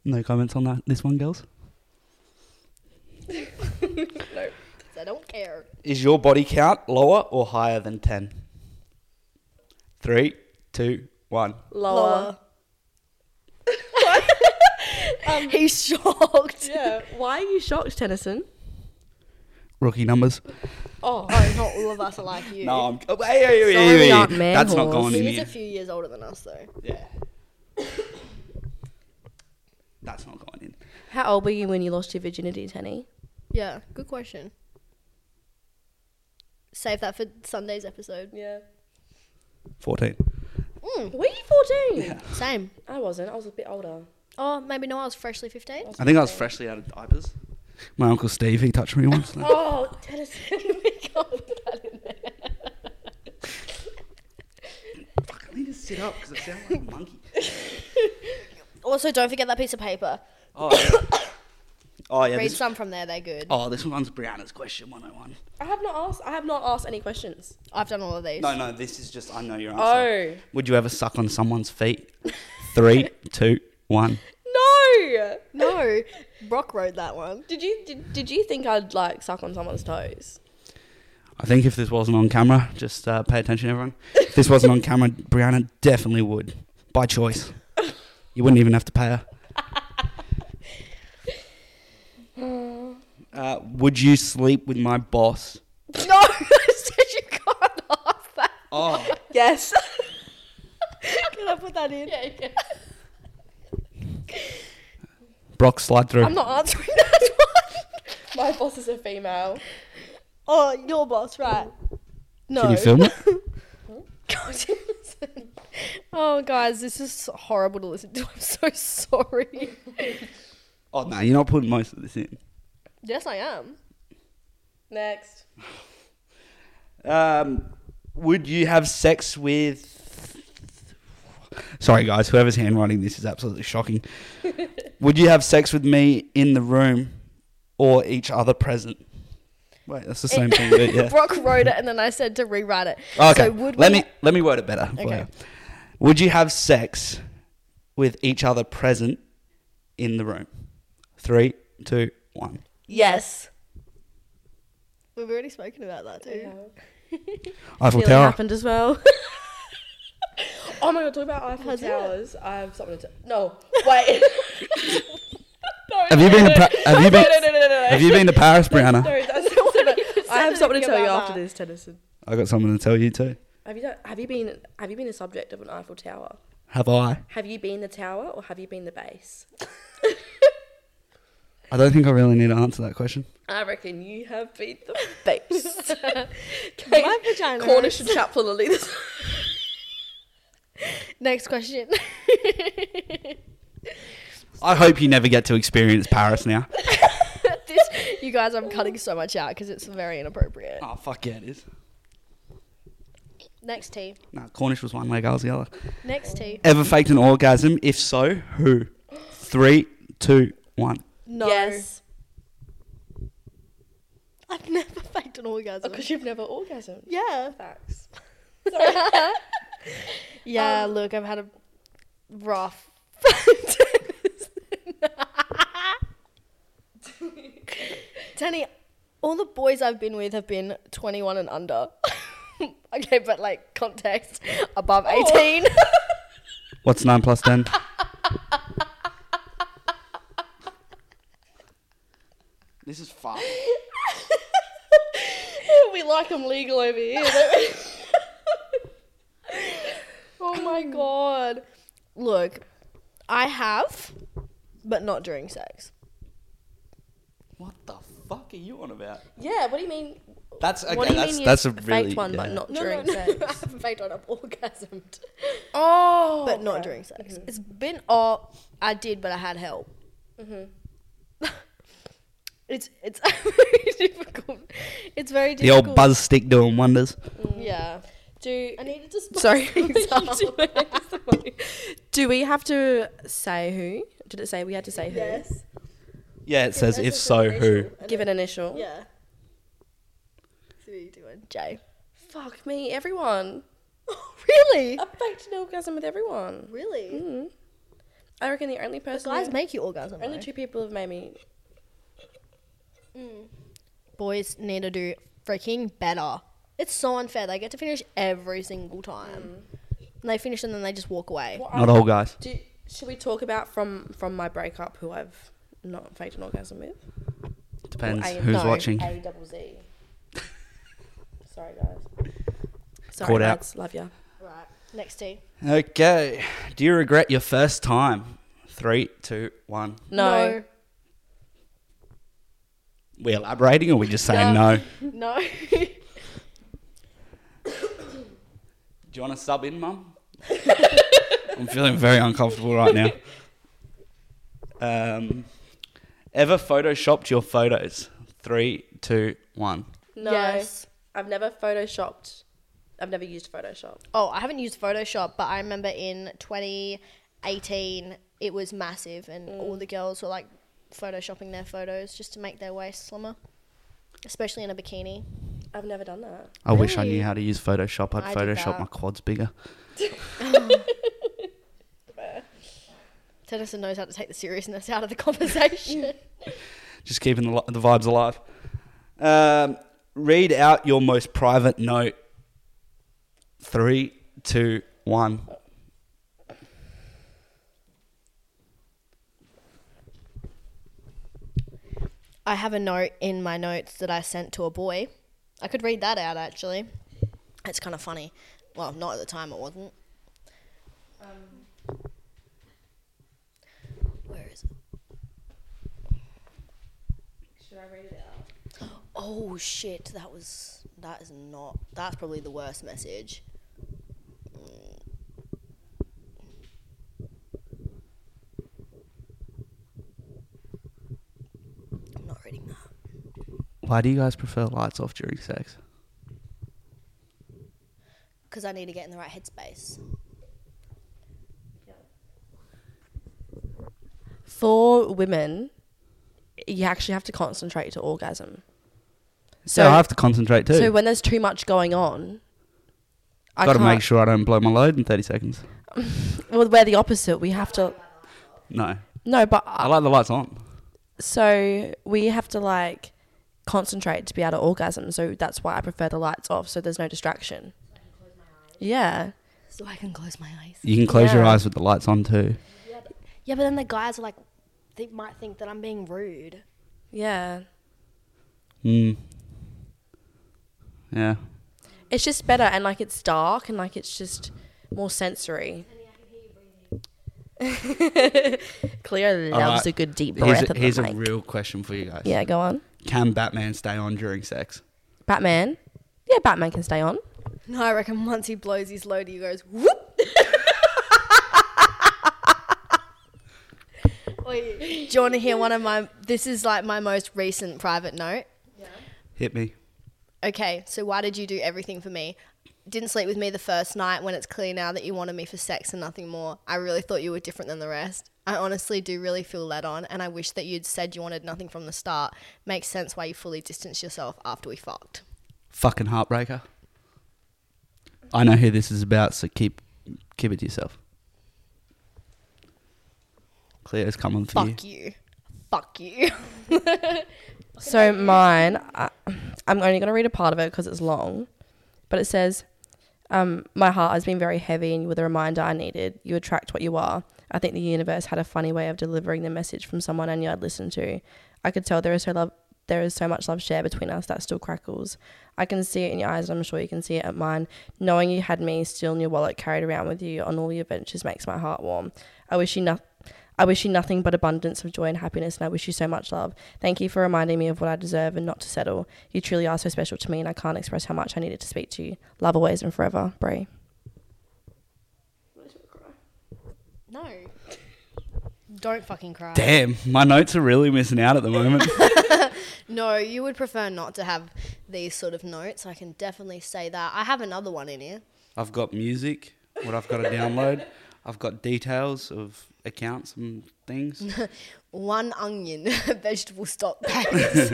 [SPEAKER 3] No comments on that. This one, girls.
[SPEAKER 2] no.
[SPEAKER 1] 'Cause I don't Air.
[SPEAKER 3] Is your body count lower or higher than 10? Three, two, one.
[SPEAKER 2] Lower.
[SPEAKER 1] He's shocked.
[SPEAKER 2] Yeah. Why are you shocked, Tennyson?
[SPEAKER 3] Rookie numbers.
[SPEAKER 1] Oh, oh, not all of us are like you.
[SPEAKER 3] No, I'm. Oh, hey, hey, hey,
[SPEAKER 2] Sorry,
[SPEAKER 3] hey, hey.
[SPEAKER 2] not man
[SPEAKER 3] That's not
[SPEAKER 2] horse.
[SPEAKER 3] going in
[SPEAKER 1] He is a
[SPEAKER 3] here.
[SPEAKER 1] few years older than us, though.
[SPEAKER 3] Yeah. That's not going in.
[SPEAKER 2] How old were you when you lost your virginity, Tenny?
[SPEAKER 1] Yeah, good question. Save that for Sunday's episode.
[SPEAKER 2] Yeah.
[SPEAKER 3] 14.
[SPEAKER 1] Mm,
[SPEAKER 2] Were you 14?
[SPEAKER 1] same.
[SPEAKER 2] I wasn't. I was a bit older.
[SPEAKER 1] Oh, maybe no, I was freshly 15.
[SPEAKER 3] I think I was freshly out of diapers. My uncle Steve, he touched me once.
[SPEAKER 2] Oh, Tennyson. we can't put that in there.
[SPEAKER 3] Fuck, I need to sit up because I sound like a monkey.
[SPEAKER 1] Also, don't forget that piece of paper.
[SPEAKER 3] Oh, yeah. Oh, yeah.
[SPEAKER 1] Read
[SPEAKER 3] This,
[SPEAKER 1] some from there, they're good.
[SPEAKER 3] oh, this one's Brianna's question 101.
[SPEAKER 2] I have not asked. I have not asked any questions.
[SPEAKER 1] I've done all of these.
[SPEAKER 3] No, no, this is just, I know your answer.
[SPEAKER 2] Oh.
[SPEAKER 3] Would you ever suck on someone's feet? Three, two, one.
[SPEAKER 2] No.
[SPEAKER 1] No, Brock wrote that one.
[SPEAKER 2] Did you did, did you think I'd like suck on someone's toes?
[SPEAKER 3] I think if this wasn't on camera, just uh, pay attention, everyone. If this wasn't on camera, Brianna definitely would, by choice. You wouldn't even have to pay her. Uh, would you sleep with my boss?
[SPEAKER 1] No, I said you can't ask that.
[SPEAKER 3] Oh,
[SPEAKER 2] Yes.
[SPEAKER 1] Can I put that in? Yeah,
[SPEAKER 3] Brock, slide through.
[SPEAKER 1] I'm not answering that one.
[SPEAKER 2] My boss is a female.
[SPEAKER 1] Oh, your boss, right? No.
[SPEAKER 3] Can you film it?
[SPEAKER 1] God, listen. oh, guys, this is horrible to listen to. I'm so sorry.
[SPEAKER 3] Oh, no, you're not putting most of this in.
[SPEAKER 1] yes, I am.
[SPEAKER 2] Next.
[SPEAKER 3] Um, would you have sex with. Sorry, guys, whoever's handwriting this is absolutely shocking. would you have sex with me in the room or each other present? Wait, that's the same thing, but yeah. Oh,
[SPEAKER 1] Brock wrote it, and then I said to rewrite it.
[SPEAKER 3] Okay,
[SPEAKER 1] So would
[SPEAKER 3] let
[SPEAKER 1] we-
[SPEAKER 3] me let me word it better. for
[SPEAKER 1] Okay.
[SPEAKER 3] you. Would you have sex with each other present in the room? Three, two, one.
[SPEAKER 2] Yes.
[SPEAKER 1] We've already spoken about that too.
[SPEAKER 3] Eiffel
[SPEAKER 2] Really
[SPEAKER 3] Tower.
[SPEAKER 2] happened as well. oh my god, talk about Eiffel
[SPEAKER 1] Has it?
[SPEAKER 2] Towers. I have something to No. Wait. no,
[SPEAKER 3] Have you been to Pra- have you
[SPEAKER 2] no,
[SPEAKER 3] been-
[SPEAKER 2] no, no, no, no, no.
[SPEAKER 3] Have you been to Paris,
[SPEAKER 2] no,
[SPEAKER 3] Brianna?
[SPEAKER 2] that's not I have something to tell you
[SPEAKER 1] about
[SPEAKER 2] after
[SPEAKER 1] that.
[SPEAKER 2] this, Tennyson.
[SPEAKER 3] I got something to tell you too.
[SPEAKER 2] Have you done, have you been have you been the subject of an Eiffel Tower?
[SPEAKER 3] Have I?
[SPEAKER 2] Have you been the tower or have you been the base?
[SPEAKER 3] I don't think I really need to answer that question.
[SPEAKER 2] I reckon you have been the base.
[SPEAKER 1] My vagina
[SPEAKER 2] Cornish and Chaplin are leaders.
[SPEAKER 1] Next question.
[SPEAKER 3] I hope you never get to experience Paris now.
[SPEAKER 1] this, you guys, I'm cutting so much out because it's very inappropriate.
[SPEAKER 3] oh fuck yeah, it is.
[SPEAKER 1] Next tea.
[SPEAKER 3] Nah, Cornish was one leg, I was the other.
[SPEAKER 1] Next tea.
[SPEAKER 3] Ever faked an orgasm? If so, who? Three, two, one.
[SPEAKER 1] No.
[SPEAKER 2] Yes.
[SPEAKER 1] I've never faked an orgasm.
[SPEAKER 2] Because Oh, you've never orgasmed.
[SPEAKER 1] yeah.
[SPEAKER 2] Facts.
[SPEAKER 1] Yeah,
[SPEAKER 2] Um,
[SPEAKER 1] look, I've had a rough. Tenny, all the boys I've been with have been 21 and under. okay, but like context,
[SPEAKER 2] Oh.
[SPEAKER 1] above 18.
[SPEAKER 3] What's nine plus ten? this is fun.
[SPEAKER 2] we like them legal over here.
[SPEAKER 1] oh my god. Look, I have, but not during sex.
[SPEAKER 3] What the fuck are you on about?
[SPEAKER 2] yeah, what do you mean?
[SPEAKER 3] That's okay.
[SPEAKER 2] what do you
[SPEAKER 3] that's
[SPEAKER 2] mean you
[SPEAKER 3] that's a
[SPEAKER 2] faked
[SPEAKER 3] really
[SPEAKER 2] one but
[SPEAKER 3] yeah.
[SPEAKER 2] not
[SPEAKER 1] No,
[SPEAKER 2] during
[SPEAKER 1] no, no.
[SPEAKER 2] sex?
[SPEAKER 1] I haven't faked one. I've orgasmed.
[SPEAKER 2] Oh.
[SPEAKER 1] but not during sex. It's been oh, I did, but I had help.
[SPEAKER 2] Mm-hmm.
[SPEAKER 1] it's it's very difficult. It's very
[SPEAKER 3] The
[SPEAKER 1] difficult.
[SPEAKER 3] old buzz stick doing wonders.
[SPEAKER 1] Yeah.
[SPEAKER 2] Do
[SPEAKER 1] I needed to. Sp-
[SPEAKER 2] Sorry.
[SPEAKER 1] Sorry.
[SPEAKER 2] Do we have to say who? Did it say we had to say who?
[SPEAKER 1] yes.
[SPEAKER 3] Yeah, it says if so, who?
[SPEAKER 2] Give an initial.
[SPEAKER 1] Yeah. Three, two, one. Jay.
[SPEAKER 2] Fuck me, everyone.
[SPEAKER 1] really?
[SPEAKER 2] I faked an orgasm with everyone.
[SPEAKER 1] Oh, Really?
[SPEAKER 2] Mm. I reckon the only person,
[SPEAKER 1] Guys make you orgasm.
[SPEAKER 2] only
[SPEAKER 1] though.
[SPEAKER 2] two people have made me
[SPEAKER 1] boys need to do freaking better. It's so unfair. They get to finish every single time. And they finish and then they just walk away.
[SPEAKER 3] Not all guys.
[SPEAKER 2] Do, should we talk about from from my breakup who I've not faked an orgasm with?
[SPEAKER 3] Depends
[SPEAKER 2] Or A-
[SPEAKER 3] who's
[SPEAKER 2] no,
[SPEAKER 3] watching.
[SPEAKER 2] A double Z. Sorry guys. Sorry
[SPEAKER 3] Caught out.
[SPEAKER 2] lads, love ya.
[SPEAKER 1] Right. Next tea.
[SPEAKER 3] Okay. Do you regret your first time? Three, two, one.
[SPEAKER 2] No.
[SPEAKER 3] We elaborating or we just saying no?
[SPEAKER 1] No.
[SPEAKER 3] Do you want to sub in, Mum? I'm feeling very uncomfortable right now. Um, ever photoshopped your photos? Three, two, one.
[SPEAKER 2] No.
[SPEAKER 1] Yes.
[SPEAKER 2] I've never photoshopped. I've never used Photoshop.
[SPEAKER 1] Oh, I haven't used Photoshop, but I remember in 2018 it was massive, and all the girls were like photoshopping their photos just to make their waist slimmer, especially in a bikini.
[SPEAKER 2] I've never done that.
[SPEAKER 3] I wish I
[SPEAKER 1] Really?
[SPEAKER 3] knew how to use Photoshop. I'd
[SPEAKER 1] I did
[SPEAKER 3] Photoshop
[SPEAKER 1] that.
[SPEAKER 3] my quads bigger.
[SPEAKER 1] Tennyson knows how to take the seriousness out of the conversation.
[SPEAKER 3] Just keeping the, li- the vibes alive. Um, read out your most private note. Three, two, one.
[SPEAKER 1] I have a note in my notes that I sent to a boy. I could read that out actually. It's kind of funny. Well, not at the time it wasn't. Um, Where is it?
[SPEAKER 2] Should I read it out?
[SPEAKER 1] Oh shit, that was that is not that's probably the worst message. Mm. I'm not reading that.
[SPEAKER 3] Why do you guys prefer lights off during sex?
[SPEAKER 1] because I need to get in the right headspace.
[SPEAKER 2] For women, you actually have to concentrate to orgasm.
[SPEAKER 3] So I have to concentrate too.
[SPEAKER 2] So when there's too much going on, I
[SPEAKER 3] Got to
[SPEAKER 2] can't-
[SPEAKER 3] make sure I don't blow my load in 30 seconds.
[SPEAKER 2] Well, we're the opposite. We have to.
[SPEAKER 3] No.
[SPEAKER 2] No, but
[SPEAKER 3] I like the lights on.
[SPEAKER 2] so we have to like concentrate to be able to orgasm. So that's why I prefer the lights off, so there's no distraction. Yeah.
[SPEAKER 1] So I can close my eyes.
[SPEAKER 3] You can close your
[SPEAKER 2] Yeah.
[SPEAKER 3] eyes with the lights on too.
[SPEAKER 1] Yeah, but then the guys are like, they might think that I'm being rude.
[SPEAKER 2] Yeah.
[SPEAKER 3] Mm. Yeah.
[SPEAKER 2] It's just better and like it's dark and like it's just more sensory. Cleo
[SPEAKER 3] All
[SPEAKER 2] loves
[SPEAKER 3] right.
[SPEAKER 2] a good deep breath
[SPEAKER 3] Here's,
[SPEAKER 2] at
[SPEAKER 3] a,
[SPEAKER 2] the
[SPEAKER 3] here's a
[SPEAKER 2] mic.
[SPEAKER 3] real question for you guys.
[SPEAKER 2] yeah, go on.
[SPEAKER 3] Can Batman stay on during sex?
[SPEAKER 2] Batman. Yeah, Batman can stay on.
[SPEAKER 1] No, I reckon once he blows his load, he goes whoop. Wait, do you want to hear one of my? This is like my most recent private note.
[SPEAKER 3] Hit me.
[SPEAKER 1] Okay, so why did you do everything for me? Didn't sleep with me the first night when it's clear now that you wanted me for sex and nothing more. I really thought you were different than the rest. I honestly do really feel led on, and I wish that you'd said you wanted nothing from the start. Makes sense why you fully distanced yourself after we fucked.
[SPEAKER 3] Fucking heartbreaker. I know who this is about, so keep keep it to yourself. Cleo's coming for you.
[SPEAKER 1] Fuck you. Fuck you.
[SPEAKER 2] So mine, I, I'm only going to read a part of it because it's long, but it says, um, "My heart has been very heavy, and you were the reminder I needed. You attract what you are. I think the universe had a funny way of delivering the message from someone I knew I'd listen to. I could tell there is so love, there is so much love shared between us that still crackles. I can see it in your eyes, and I'm sure you can see it at mine. Knowing you had me still in your wallet, carried around with you on all your adventures, makes my heart warm. I wish you nothing." I wish you nothing but abundance of joy and happiness, and I wish you so much love. Thank you for reminding me of what I deserve and not to settle. You truly are so special to me, and I can't express how much I needed to speak to you. Love always and forever, Bray.
[SPEAKER 1] No. Don't fucking cry.
[SPEAKER 3] Damn, my notes are really missing out at the moment.
[SPEAKER 1] No, you would prefer not to have these sort of notes. I can definitely say that. I have another one in here.
[SPEAKER 3] I've got music, what I've got to download. I've got details of accounts and things.
[SPEAKER 1] One onion, vegetable stock bags,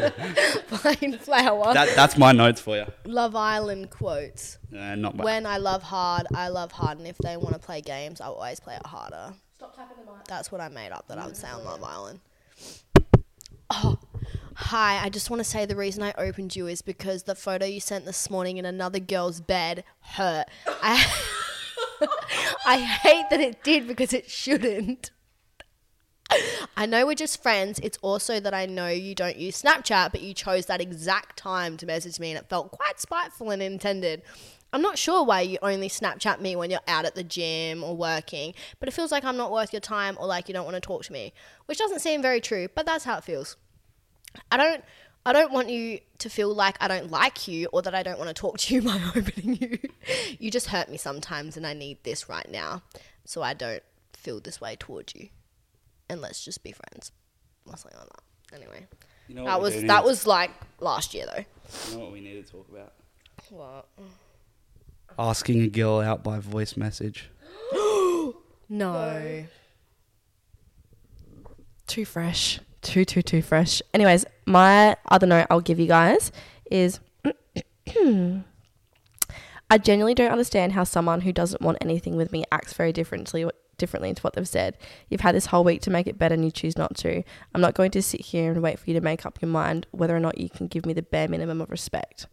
[SPEAKER 1] plain flour.
[SPEAKER 3] That, that's my notes for you.
[SPEAKER 1] Love Island quotes.
[SPEAKER 3] Uh, not my.
[SPEAKER 1] When I love hard, I love hard, and if they want to play games, I always play it harder. Stop tapping the mic. That's what I made up that I would say on Love Island. Oh, Hi, I just want to say the reason I opened you is because the photo you sent this morning in another girl's bed hurt. I, I hate that it did because it shouldn't. I know we're just friends. It's also that I know you don't use Snapchat, but you chose that exact time to message me, and it felt quite spiteful and intended. I'm not sure why you only Snapchat me when you're out at the gym or working, but it feels like I'm not worth your time or like you don't want to talk to me, which doesn't seem very true, but that's how it feels. I don't I don't want you to feel like I don't like you or that I don't want to talk to you by opening you. You just hurt me sometimes and I need this right now. So I don't feel this way towards you. And let's just be friends. Or something like that. Anyway.
[SPEAKER 3] You know what
[SPEAKER 1] that
[SPEAKER 3] we
[SPEAKER 1] was
[SPEAKER 3] do
[SPEAKER 1] that
[SPEAKER 3] need-
[SPEAKER 1] was like last year though.
[SPEAKER 3] You know what we need to talk about?
[SPEAKER 1] What?
[SPEAKER 3] Asking a girl out by voice message.
[SPEAKER 1] No.
[SPEAKER 2] Too fresh. Too, too, too fresh. Anyways, my other note I'll give you guys is I genuinely don't understand how someone who doesn't want anything with me acts very differently differently to what they've said. You've had this whole week to make it better and you choose not to. I'm not going to sit here and wait for you to make up your mind whether or not you can give me the bare minimum of respect.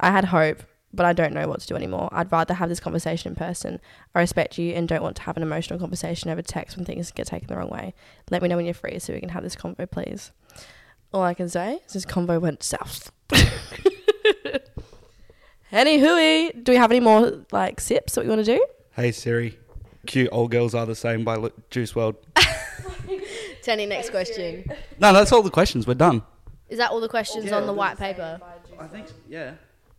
[SPEAKER 2] I had hope, but I don't know what to do anymore. I'd rather have this conversation in person. I respect you and don't want to have an emotional conversation over text when things get taken the wrong way. Let me know when you're free so we can have this convo, please. All I can say is this convo went south. Any hooey. Do we have any more like sips that we want to do?
[SPEAKER 3] Hey Siri, cute old girls are the same by Lu- Juice World.
[SPEAKER 1] Tony, next question.
[SPEAKER 3] No, that's all the questions. We're done.
[SPEAKER 1] Is that all the questions on the white paper?
[SPEAKER 3] I think, yeah,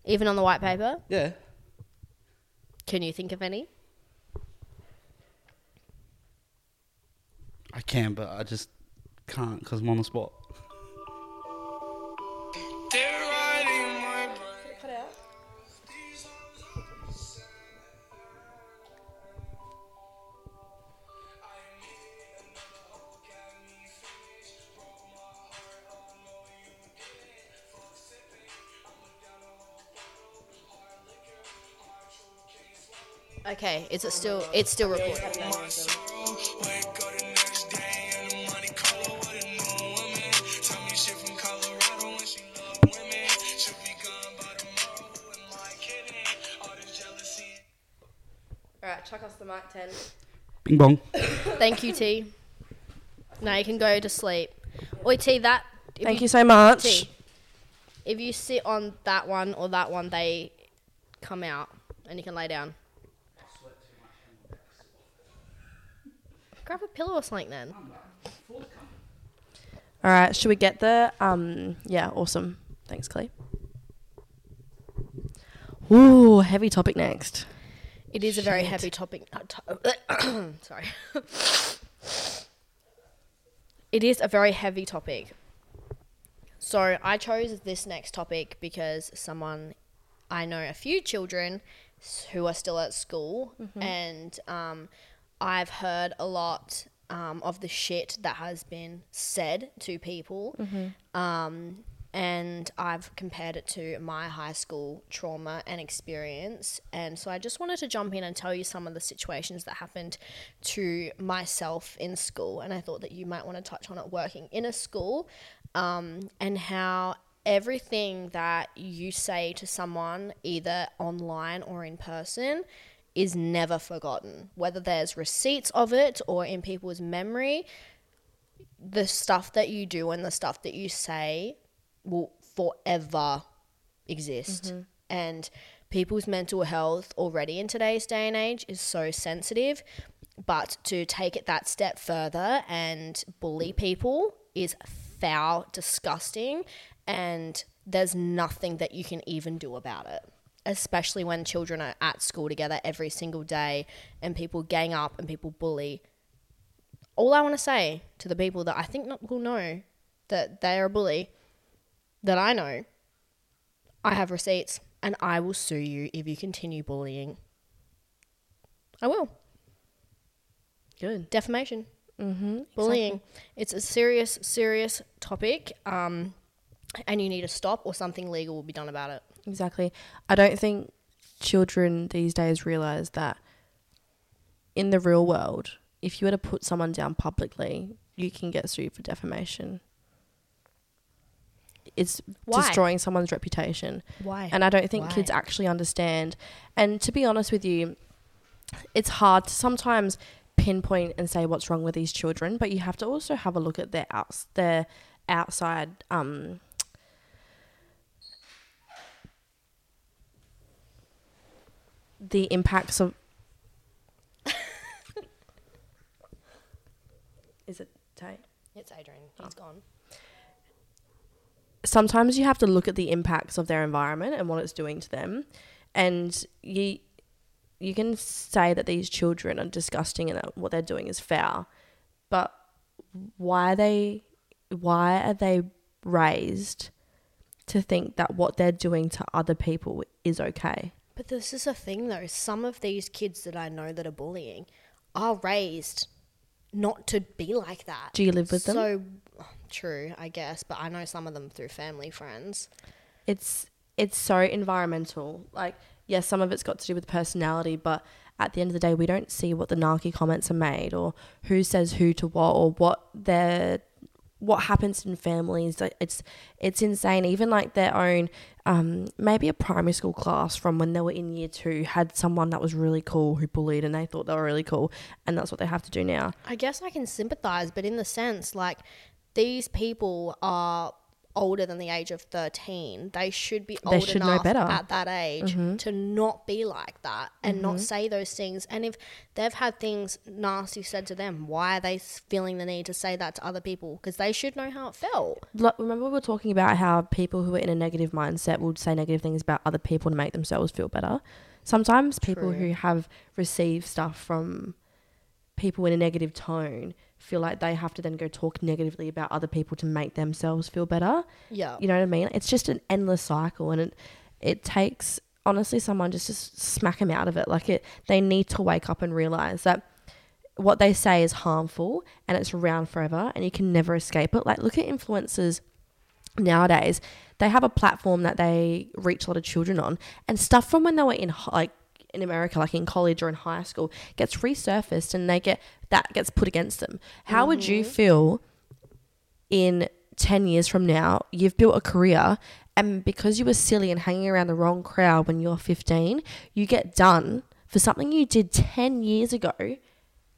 [SPEAKER 1] Even on the white paper?
[SPEAKER 3] yeah.
[SPEAKER 1] Can you think of any?
[SPEAKER 3] I can, but I just can't because I'm on the spot.
[SPEAKER 4] They're riding my bike.
[SPEAKER 1] Okay, is it still it's still recording?
[SPEAKER 4] Wake up the next day in the money color with a new woman. Tell me shit from Colorado when she love women. She'll be gone by tomorrow. Who am I kidding? All this jealousy.
[SPEAKER 2] All right, chuck us the mic 10.
[SPEAKER 3] Bing bong.
[SPEAKER 1] Thank you, T. Now you can go to sleep. Oi, T, that if
[SPEAKER 2] Thank you so much.
[SPEAKER 1] T, if you sit on that one or that one, they come out and you can lay down. Grab a pillow or something then.
[SPEAKER 2] All right, should we get the um yeah, awesome. Thanks, Clay. Ooh, heavy topic next.
[SPEAKER 1] It is a very heavy topic. uh, to- Sorry. it is a very heavy topic. So I chose this next topic because someone I know a few children s- who are still at school, and um, I've heard a lot um, of the shit that has been said to people. Um, and I've compared it to my high school trauma and experience. And so I just wanted to jump in and tell you some of the situations that happened to myself in school. And I thought that you might want to touch on it working in a school um, and how everything that you say to someone, either online or in person, is never forgotten. Whether there's receipts of it or in people's memory, the stuff that you do and the stuff that you say will forever exist. And people's mental health already in today's day and age is so sensitive. But to take it that step further and bully people is foul, disgusting, and there's nothing that you can even do about it. Especially when children are at school together every single day and people gang up and people bully all I want to say to the people that I think not, will know that they are a bully, that I know, I have receipts and I will sue you if you continue bullying. I will.
[SPEAKER 2] Good.
[SPEAKER 1] Defamation. Mm-hmm, Bullying. It's a serious, serious topic, um, and you need to stop or something legal will be done about it.
[SPEAKER 2] Exactly. I don't think children these days realize that in the real world, if you were to put someone down publicly, you can get sued for defamation. it's
[SPEAKER 1] Why?
[SPEAKER 2] destroying someone's reputation.
[SPEAKER 1] Why?
[SPEAKER 2] And I don't think
[SPEAKER 1] Why?
[SPEAKER 2] kids actually understand. And to be honest with you, it's hard to sometimes pinpoint and say what's wrong with these children, but you have to also have a look at their outs their outside um the impacts of Is it tight?
[SPEAKER 1] It's Adrian. He's gone.
[SPEAKER 2] sometimes you have to look at the impacts of their environment and what it's doing to them and you you can say that these children are disgusting and that what they're doing is foul but why are they why are they raised to think that what they're doing to other people is okay
[SPEAKER 1] But this is a thing though. Some of these kids that I know that are bullying are raised not to be like that.
[SPEAKER 2] do you live with them
[SPEAKER 1] So true, I guess, but I know some of them through family friends.
[SPEAKER 2] it's it's so environmental. Like, yes, some of it's got to do with personality, but at the end of the day, we don't see what the narky comments are made, or who says who to what, or what their what happens in families. Like, It's it's insane. Even like their own, um, maybe a primary school class from when they were in year two had someone that was really cool who bullied, and they thought they were really cool, and that's what they have to do now.
[SPEAKER 1] I guess I can sympathize, but in the sense like these people are older than the age of 13 they should be
[SPEAKER 2] They
[SPEAKER 1] old
[SPEAKER 2] should know
[SPEAKER 1] enough
[SPEAKER 2] better. Mm-hmm.
[SPEAKER 1] at that age to not be like that and not say those things and if they've had things nasty said to them why are they s- feeling the need to say that to other people because they should know how it felt
[SPEAKER 2] Like, remember we were talking about how people who are in a negative mindset would say negative things about other people to make themselves feel better. Sometimes people
[SPEAKER 1] True.
[SPEAKER 2] who have received stuff from people in a negative tone feel like they have to then go talk negatively about other people to make themselves feel better.
[SPEAKER 1] yeah
[SPEAKER 2] You know what I mean? It's just an endless cycle, and it it takes honestly someone just to s- smack them out of it. Like it, they need to wake up and realize that what they say is harmful and it's around forever, and you can never escape it. Like look at influencers nowadays; they have a platform that they reach a lot of children on, and stuff from when they were in hi- like in America, like in college or in high school, gets resurfaced, and they get that gets put against them. How would you feel? in 10 years from now, you've built a career, and because you were silly and hanging around the wrong crowd when you're 15, you get done for something you did 10 years ago,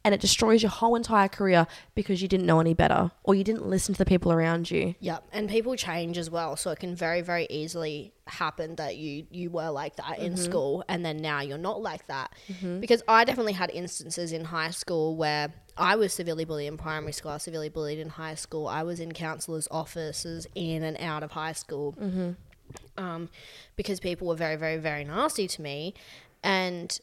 [SPEAKER 2] and it destroys your whole entire career because you didn't know any better or you didn't listen to the people around you.
[SPEAKER 1] Yep, and people change as well, so it can very, very easily happen that you you were like that in school, and then now you're not like that. Because I definitely had instances in high school where I was severely bullied in primary school, I was severely bullied in high school, I was in counselors' offices in and out of high school, um, because people were very, very, very nasty to me, and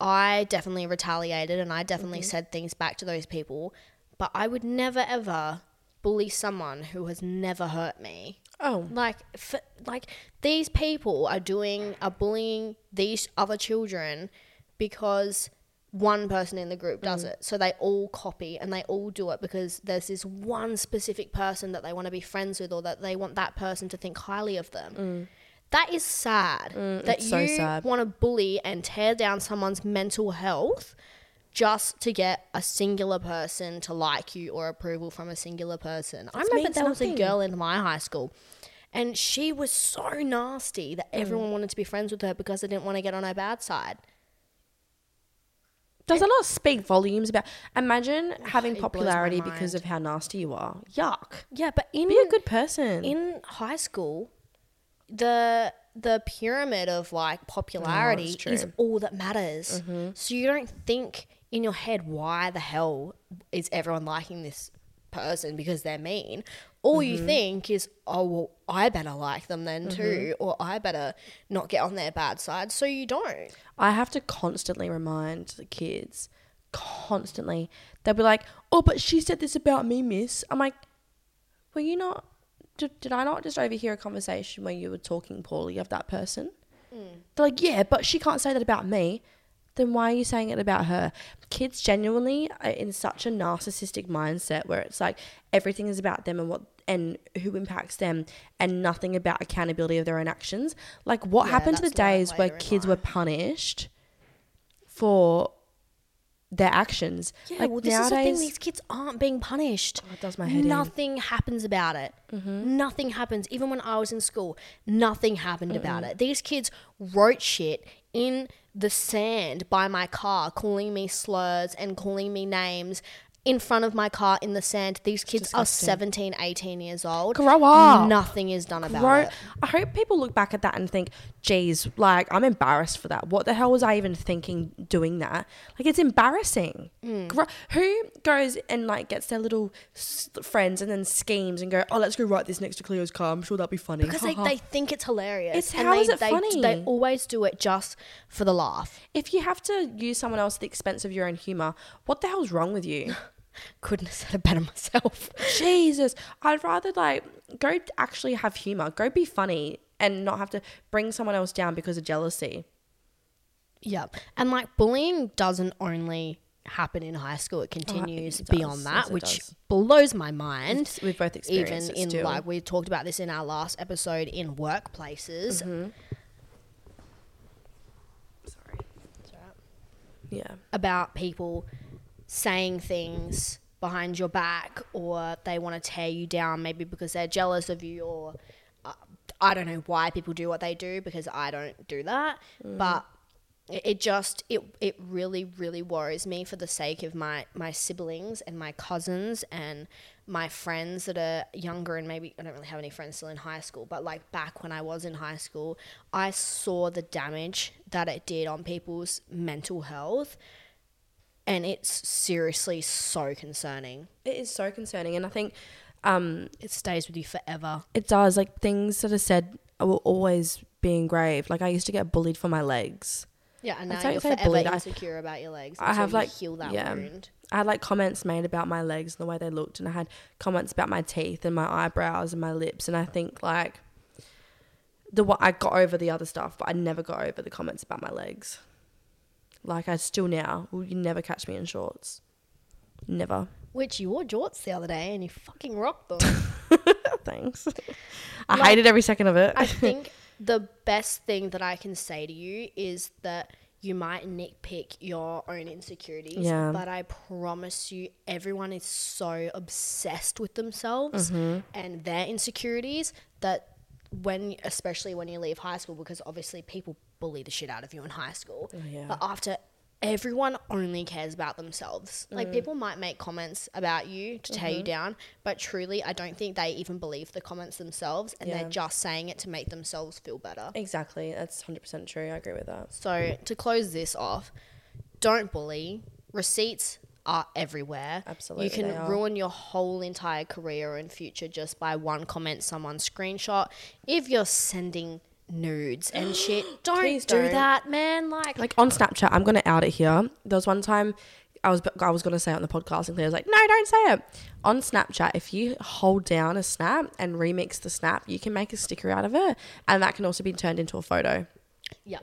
[SPEAKER 1] I definitely retaliated and I definitely said things back to those people, but I would never ever bully someone who has never hurt me.
[SPEAKER 2] Oh,
[SPEAKER 1] Like, f- like these people are doing are bullying these other children because one person in the group
[SPEAKER 2] Mm.
[SPEAKER 1] does it. So they all copy and they all do it because there's this one specific person that they want to be friends with or that they want that person to think highly of them. That is sad. that
[SPEAKER 2] Mm. it's so
[SPEAKER 1] you
[SPEAKER 2] sad.
[SPEAKER 1] want to bully and tear down someone's mental health just to get a singular person to like you or approval from a singular person. I remember
[SPEAKER 2] means
[SPEAKER 1] there was a
[SPEAKER 2] nothing.
[SPEAKER 1] girl in my high school and she was so nasty that everyone wanted to be friends with her because they didn't want to get on her bad side.
[SPEAKER 2] does that not speak volumes about? Imagine having
[SPEAKER 1] it blows my
[SPEAKER 2] popularity because
[SPEAKER 1] mind.
[SPEAKER 2] of how nasty you are. Yuck.
[SPEAKER 1] Yeah, but in
[SPEAKER 2] Be a good person.
[SPEAKER 1] in high school, the the pyramid of like popularity
[SPEAKER 2] true.
[SPEAKER 1] is all that matters. So you don't think in your head why the hell is everyone liking this person because they're mean. All you think is, oh well, I better like them then too, or I better not get on their bad side. So you don't.
[SPEAKER 2] I have to constantly remind the kids, constantly. They'll be like, "Oh, but she said this about me, miss." I'm like, "Were you not? Did, did I not just overhear a conversation where you were talking poorly of that person?"
[SPEAKER 1] Mm.
[SPEAKER 2] They're like, "Yeah, but she can't say that about me." Then why are you saying it about her? Kids genuinely are in such a narcissistic mindset where it's like everything is about them and what and who impacts them and nothing about accountability of their own actions. Like what
[SPEAKER 1] Yeah,
[SPEAKER 2] happened to the
[SPEAKER 1] that's learned
[SPEAKER 2] days where
[SPEAKER 1] later in
[SPEAKER 2] kids
[SPEAKER 1] life.
[SPEAKER 2] were punished for their actions.
[SPEAKER 1] Yeah,
[SPEAKER 2] like Oh,
[SPEAKER 1] well, this is the thing. These kids aren't being punished.
[SPEAKER 2] it does my head in. Mm-hmm.
[SPEAKER 1] Nothing happens about it. Nothing happens. Even when I was in school, nothing happened about it. These kids wrote shit in the sand by my car, calling me slurs and calling me names in front of my car in the sand. These kids
[SPEAKER 2] disgusting.
[SPEAKER 1] are 17, 18 years old.
[SPEAKER 2] Grow up.
[SPEAKER 1] Nothing is done about
[SPEAKER 2] Grow-
[SPEAKER 1] it.
[SPEAKER 2] I hope people look back at that and think, geez, like I'm embarrassed for that. What the hell was I even thinking doing that? Like it's embarrassing.
[SPEAKER 1] Mm.
[SPEAKER 2] Gro- who goes and like gets their little s- friends and then schemes and go, oh, let's go write this next to Cleo's car. I'm sure that'll be funny.
[SPEAKER 1] Because they, they think it's hilarious.
[SPEAKER 2] It's-
[SPEAKER 1] and
[SPEAKER 2] how
[SPEAKER 1] they,
[SPEAKER 2] is it
[SPEAKER 1] they,
[SPEAKER 2] funny?
[SPEAKER 1] They always do it just for the laugh.
[SPEAKER 2] if you have to use someone else at the expense of your own humor, what the hell's wrong with you?
[SPEAKER 1] Couldn't have said it better myself.
[SPEAKER 2] Jesus, I'd rather like go actually have humor, go be funny, and not have to bring someone else down because of jealousy.
[SPEAKER 1] Yeah. And like bullying doesn't only happen in high school, it continues
[SPEAKER 2] Oh, does.
[SPEAKER 1] beyond that,
[SPEAKER 2] Yes, it
[SPEAKER 1] which
[SPEAKER 2] does.
[SPEAKER 1] blows my mind.
[SPEAKER 2] It's- we've both
[SPEAKER 1] Even
[SPEAKER 2] experienced it
[SPEAKER 1] in
[SPEAKER 2] still.
[SPEAKER 1] like we talked about this in our last episode in workplaces.
[SPEAKER 2] Mm-hmm. Sorry. Yeah.
[SPEAKER 1] about people saying things behind your back or they want to tear you down maybe because they're jealous of you or uh, I don't know why people do what they do because I don't do that but it, it just it it really really worries me for the sake of my my siblings and my cousins and my friends that are younger and maybe I don't really have any friends still in high school but like back when I was in high school I saw the damage that it did on people's mental health and it's seriously so concerning.
[SPEAKER 2] It is so concerning, and I think um,
[SPEAKER 1] It stays with you forever.
[SPEAKER 2] it does. Like things that are said will always be engraved. Like I used to get bullied for my legs.
[SPEAKER 1] Yeah, and
[SPEAKER 2] I
[SPEAKER 1] now
[SPEAKER 2] don't
[SPEAKER 1] you're
[SPEAKER 2] say
[SPEAKER 1] forever
[SPEAKER 2] bullied, I-
[SPEAKER 1] insecure about your legs.
[SPEAKER 2] I
[SPEAKER 1] until
[SPEAKER 2] have
[SPEAKER 1] you
[SPEAKER 2] like
[SPEAKER 1] heal that
[SPEAKER 2] yeah.
[SPEAKER 1] wound.
[SPEAKER 2] I had like comments made about my legs and the way they looked, and I had comments about my teeth and my eyebrows and my lips, and I think like the what I got over the other stuff, but I never got over the comments about my legs. Like I still now, will you never catch me in shorts? Never.
[SPEAKER 1] Which you wore jorts the other day and you fucking rocked them.
[SPEAKER 2] Thanks. I hated every second of it.
[SPEAKER 1] I think the best thing that I can say to you is that you might nitpick your own insecurities,
[SPEAKER 2] Yeah.
[SPEAKER 1] but I promise you, everyone is so obsessed with themselves
[SPEAKER 2] Mm-hmm.
[SPEAKER 1] and their insecurities that when, especially when you leave high school, because obviously people bully the shit out of you in high school,
[SPEAKER 2] Oh, yeah.
[SPEAKER 1] but after everyone only cares about themselves.
[SPEAKER 2] Mm.
[SPEAKER 1] Like people might make comments about you to tear
[SPEAKER 2] Mm-hmm.
[SPEAKER 1] you down, but truly I don't think they even believe the comments themselves and
[SPEAKER 2] Yeah.
[SPEAKER 1] they're just saying it to make themselves feel better.
[SPEAKER 2] Exactly. That's 100% true. I agree with that.
[SPEAKER 1] So to close this off, don't bully. Receipts are everywhere.
[SPEAKER 2] Absolutely,
[SPEAKER 1] You can
[SPEAKER 2] they are.
[SPEAKER 1] ruin your whole entire career and future just by one comment someone screenshot. If you're sending nudes and shit, don't
[SPEAKER 2] Please
[SPEAKER 1] do
[SPEAKER 2] don't.
[SPEAKER 1] that, man. Like
[SPEAKER 2] Like on Snapchat, I'm going to out it here. There was one time I was I was going to say it on the podcast and Claire was like, "No, don't say it." On Snapchat, if you hold down a snap and remix the snap, you can make a sticker out of it, and that can also be turned into a photo.
[SPEAKER 1] Yeah.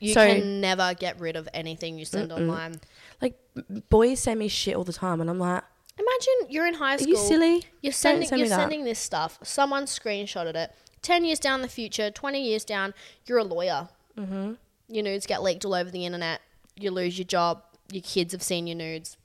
[SPEAKER 1] You
[SPEAKER 2] So-
[SPEAKER 1] can never get rid of anything you send online.
[SPEAKER 2] Like b- boys send me shit all the time and I'm like,
[SPEAKER 1] Imagine you're in high school.
[SPEAKER 2] you silly?
[SPEAKER 1] You're
[SPEAKER 2] Don't
[SPEAKER 1] sending
[SPEAKER 2] send me
[SPEAKER 1] you're
[SPEAKER 2] that.
[SPEAKER 1] sending this stuff. Someone screenshotted it. Ten years down the future, twenty years down, you're a lawyer. Mm-hmm. Your nudes get leaked all over the internet. You lose your job. Your kids have seen your nudes.